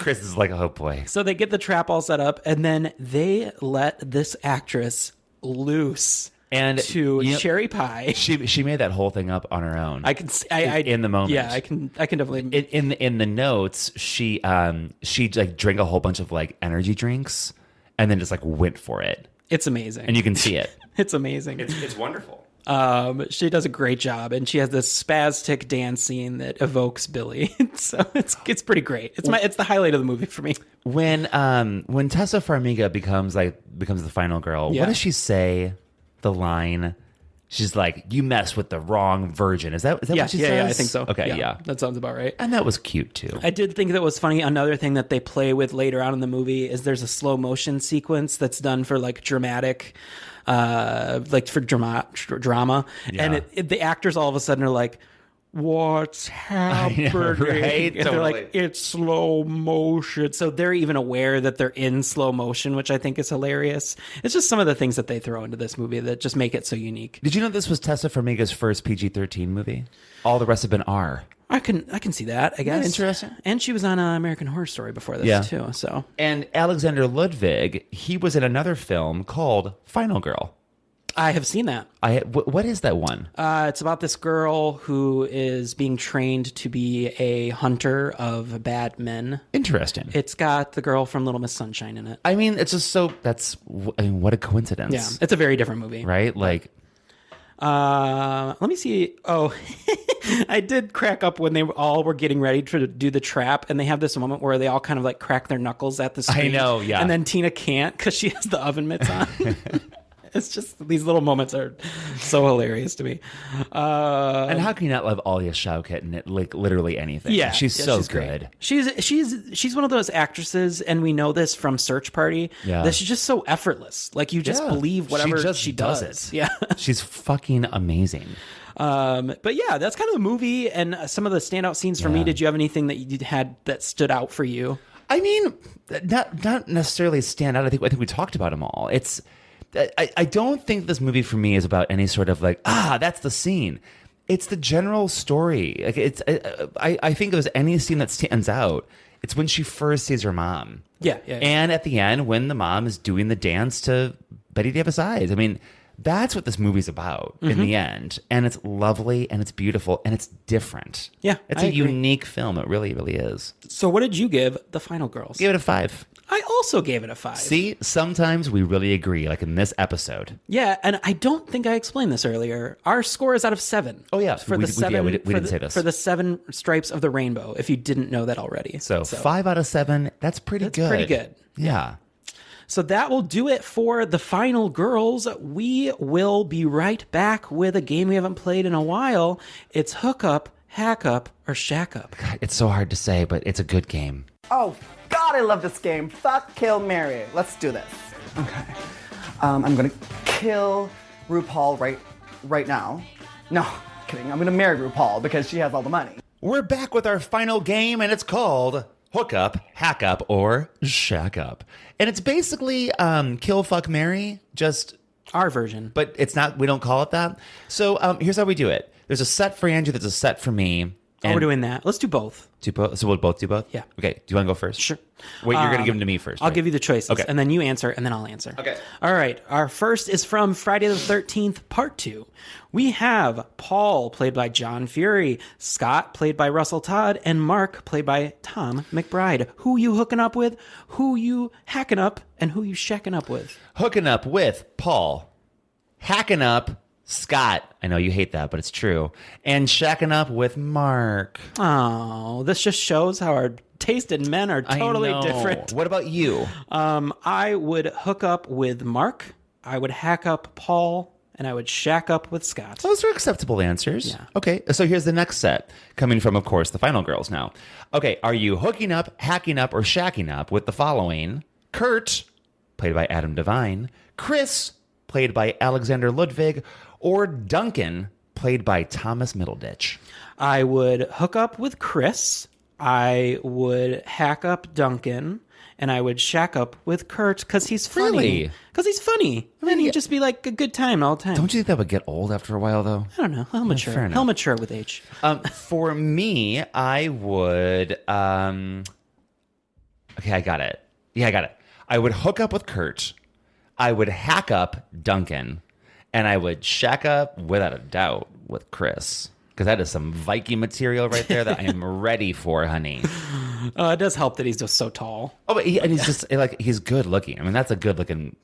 Chris is like, oh boy.
So they get the trap all set up, and then they let this actress loose
and
to
you know-
cherry pie.
She she made that whole thing up on her own.
I can see. I, I
in the moment.
Yeah, I can. I can definitely.
in, in the- in the notes she um she like drank a whole bunch of like energy drinks and then just like went for it
It's amazing,
and you can see it
it's amazing.
it's wonderful.
Um, she does a great job, and she has this spastic dance scene that evokes Billy. so it's it's pretty great. It's my it's the highlight of the movie for me.
when um when Tessa Farmiga becomes like becomes the final girl
Yeah.
what does she say the line she's like you mess with the wrong virgin is that is that
yeah,
what she
yeah, yeah,
says
I think so.
okay yeah.
that sounds about right.
and that was cute too
I did think that was funny. Another thing that they play with later on in the movie is there's a slow motion sequence that's done for like dramatic, uh, like for drama, dr- drama, and
Yeah.
it, it, the actors all of a sudden are like, "What's happening?"
right?
And they're like, "It's slow motion," so they're even aware that they're in slow motion, which I think is hilarious. It's just some of the things that they throw into this movie that just make it so unique.
did you know this was Tessa Farmiga's first PG-13 movie all the rest have been R
I can I can see that. I guess interesting. And she was on uh, American Horror Story before this
Yeah.
too. So
and Alexander Ludwig he was in another film called Final Girl
I have seen that.
I wh- what is that one?
Uh, it's about this girl who is being trained to be a hunter of bad men.
Interesting.
It's got the girl from Little Miss Sunshine in it.
I mean, it's just so that's wh- I mean, what a coincidence.
Yeah, it's a very different movie.
right? Like
Uh, let me see. Oh, I did crack up when they were- all were getting ready to do the trap, and they have this moment where they all kind of like crack their knuckles at the
I
screen.
know, yeah.
And then Tina can't because she has the oven mitts on. it's just these little moments are so hilarious to me. Uh,
and how can you not love Alia Shawkat in it, like literally anything?
Yeah,
she's
yeah,
so
she's great.
good.
She's she's she's one of those actresses, and we know this from Search Party.
Yeah.
that she's just so effortless. Like you just
Yeah.
believe
She
whatever she,
just
does.
does
does.
it.
Yeah.
She's fucking amazing.
Um, but yeah, that's kind of the movie and uh, some of the standout scenes for me. Did you have anything that you had that stood out for you?
I mean, not not necessarily stand out. I think I think we talked about them all. It's I, I don't think this movie for me is about any sort of like ah that's the scene. It's the general story. Like it's I I, I think it was any scene that stands out. It's when she first sees her mom.
Yeah, yeah, yeah.
And at the end, when the mom is doing the dance to Betty Davis Eyes. I mean, that's what this movie's about in
Mhm.
the end. And it's lovely and it's beautiful and it's different.
Yeah,
It's
I
a
agree.
unique film. It really, really is.
So what did you give the Final Girls?
Give it a five.
I also gave it a five.
See, sometimes we really agree, like in this episode.
Yeah, and I don't think I explained this earlier. Our score is out of seven. Oh yeah, for
We-
the
we- yeah,
seven.
we di- we
for
didn't
the-
say this.
for the seven stripes of the rainbow. If you didn't know that already,
So, five out of seven, that's pretty good.
pretty good.
Yeah.
So that will do it for the final girls. We will be right back with a game we haven't played in a while. It's hook up, hack up, or shack up.
It's so hard to say, but it's a good game.
Oh, God, I love this game. Fuck, kill, Mary. Let's do this. Okay. Um, I'm gonna kill RuPaul right, right now. No, kidding. I'm gonna marry RuPaul because she has all the money.
We're back with our final game, and it's called Hook Up, Hack Up, or Shack Up. And it's basically um, Kill, Fuck, Mary, just
our version.
But it's not, we don't call it that. So um, here's how we do it there's a set for Andrew, there's a set for me.
Oh, we're doing that. Let's do both.
Do both? So we'll both do both?
Yeah.
Okay. Do you want to go first? Sure. Wait, you're going to
Um,
give them to me first.
I'll
right?
give you the choices,
Okay.
and then you answer, and then I'll answer. Okay. All right. Our first is from Friday the Thirteenth, Part Two. We have Paul, played by John Fury, Scott, played by Russell Todd, and Mark, played by Tom McBride. Who you hooking up with? Who you hacking up? And who you shacking up with?
hooking up with Paul, hacking up Scott. I know you hate that, but it's true. And shacking up with Mark.
Oh, this just shows how our taste in men are
I
totally
know.
different.
What about you?
Um, I would hook up with Mark. I would hack up Paul, and I would shack up with Scott.
Those are acceptable answers. Yeah. Okay, so here's the next set coming from, of course, the final girls now. Okay, are you hooking up, hacking up, or shacking up with the following? Kurt, played by Adam Devine, Chris, played by Alexander Ludwig, or Duncan, played by Thomas Middleditch?
I would hook up with Chris. I would hack up Duncan, and I would shack up with Kurt because he's funny.
Really?
Because he's funny, and he'd just be like a good time all the time.
Don't you think that would get old after a while, though?
I don't know. He'll mature.
fair enough.
He'll mature with age.
Um, for me, I would um, Okay, I got it. Yeah, I got it. I would hook up with Kurt. I would hack up Duncan. And I would shack up, without a doubt, with Chris. Because that is some Viking material right there that I am ready for, honey.
Uh, it does help that he's just so tall.
Oh, but he, and he's just like, he's good looking. I mean, that's a good looking.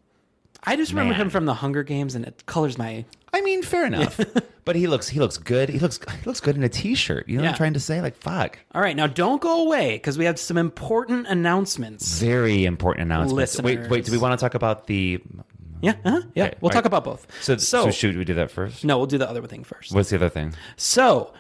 I just remember
Man.
him from the Hunger Games, and it colors my.
I mean, fair enough. but he looks, he looks good. He looks, he looks good in a t-shirt. You know what
Yeah.
I'm trying to say? Like, fuck.
All right, now don't go away because we have some important announcements.
Very important announcements. Wait, wait. Do we
Listeners.
want to talk about the?
Yeah, uh-huh, yeah.
Okay,
we'll
all
talk
right.
about both.
So, so, should we do that first?
No, we'll do the other thing first.
What's the other thing?
So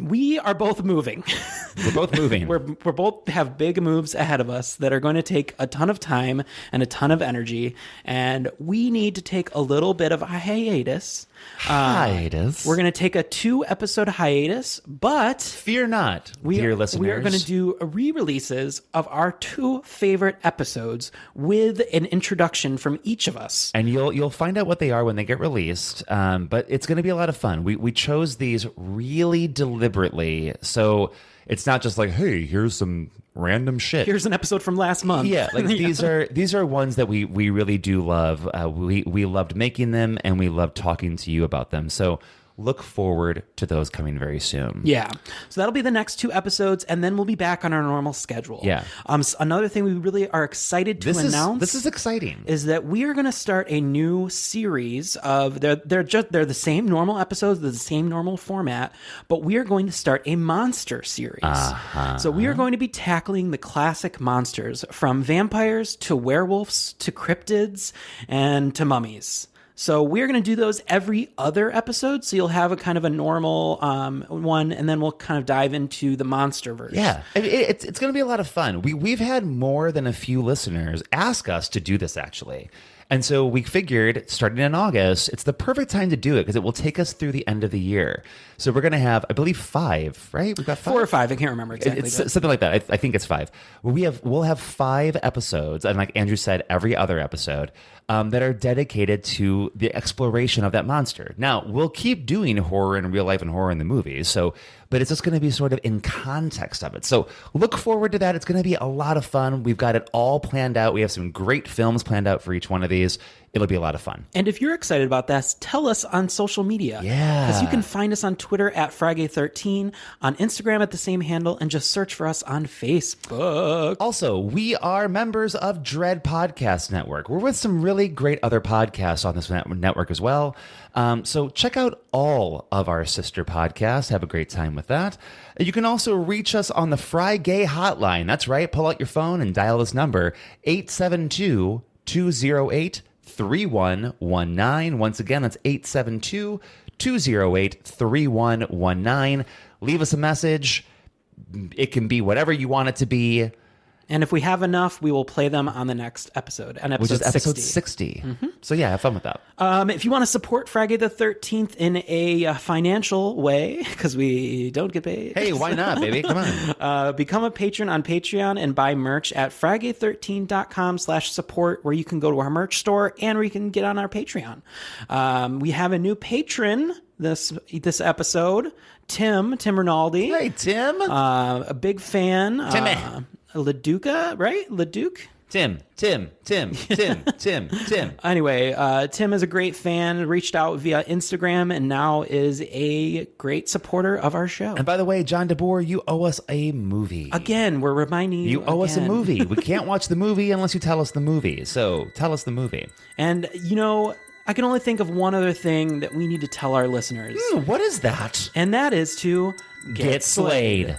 we are both moving.
We're both moving.
we're, we're both have big moves ahead of us that are going to take a ton of time and a ton of energy. And we need to take a little bit of a hiatus.
Hiatus.
we're going to take a two episode hiatus, but
fear not,
we,
dear
We are going
listeners.
to do re releases of our two favorite episodes with an introduction from each of us.
And you'll you'll find out what they are when they get released. Um, but it's going to be a lot of fun. We we chose these really deliberately, so it's not just like, hey, here's some random shit.
Here's an episode from last month.
yeah, like these are these are ones that we we really do love. Uh, we we loved making them, and we loved talking to you about them. So look forward to those coming very soon.
Yeah. So that'll be the next two episodes, and then we'll be back on our normal schedule.
Yeah.
Um, s- another thing we really are excited to
This is-
announce.
this is exciting.
Is that we are going to start a new series of they're they're just they're the same normal episodes, they're the same normal format, but we are going to start a monster series.
Uh-huh.
So we are going to be tackling the classic monsters from vampires to werewolves to cryptids and to mummies. So we're going to do those every other episode. So you'll have a kind of a normal um, one, and then we'll kind of dive into the monster version.
Yeah, I mean, it, it's it's going to be a lot of fun. We we've had more than a few listeners ask us to do this actually, and so we figured starting in August, it's the perfect time to do it because it will take us through the end of the year. So we're going to have, I believe, five. Right, we've got five.
Four or five, I can't remember
It-
exactly.
It's
but-
something like that. I, I think it's five. We have we'll have five episodes, and like Andrew said, every other episode um, that are dedicated to the exploration of that monster. Now we'll keep doing horror in real life and horror in the movies. So, but it's just going to be sort of in context of it. So look forward to that. It's going to be a lot of fun. We've got it all planned out. We have some great films planned out for each one of these. It'll be a lot of fun.
And if you're excited about this, tell us on social media.
Yeah.
Because you can find us on Twitter at Friday13, on Instagram at the same handle, and just search for us on Facebook.
Also, we are members of Dread Podcast Network. We're with some really great other podcasts on this net- network as well. Um, so check out all of our sister podcasts. Have a great time with that. You can also reach us on the Fry Gay Hotline. That's right. Pull out your phone and dial this number 872 208 3119. Once again, that's 872 208 3119. Leave us a message. It can be whatever you want it to be.
And if we have enough, we will play them on the next episode, on episode
which is episode Mm-hmm.
60.
Uh, 60. So yeah, have fun with that.
Um, if you want to support Friday the 13th in a uh, financial way, because we don't get paid.
Hey, why not, baby? Come on.
Uh, become a patron on Patreon and buy merch at fragate13.com slash support, where you can go to our merch store and where you can get on our Patreon. Um, we have a new patron this this episode, Tim, Tim Rinaldi. Hey,
Tim.
Uh, a big fan.
Timmy.
Uh, LaDuca, right? LaDuke?
Tim, Tim, Tim, Tim, Tim, Tim.
Anyway, uh, Tim is a great fan, reached out via Instagram, and now is a great supporter of our show.
And by the way, John DeBoer, you owe us a movie.
Again, we're reminding you.
You owe us a
again.
movie. We can't watch the movie unless you tell us the movie. So tell us the movie.
And, you know, I can only think of one other thing
Hmm.
that we need to tell our listeners.
what is that?
And that is to
Get slayed.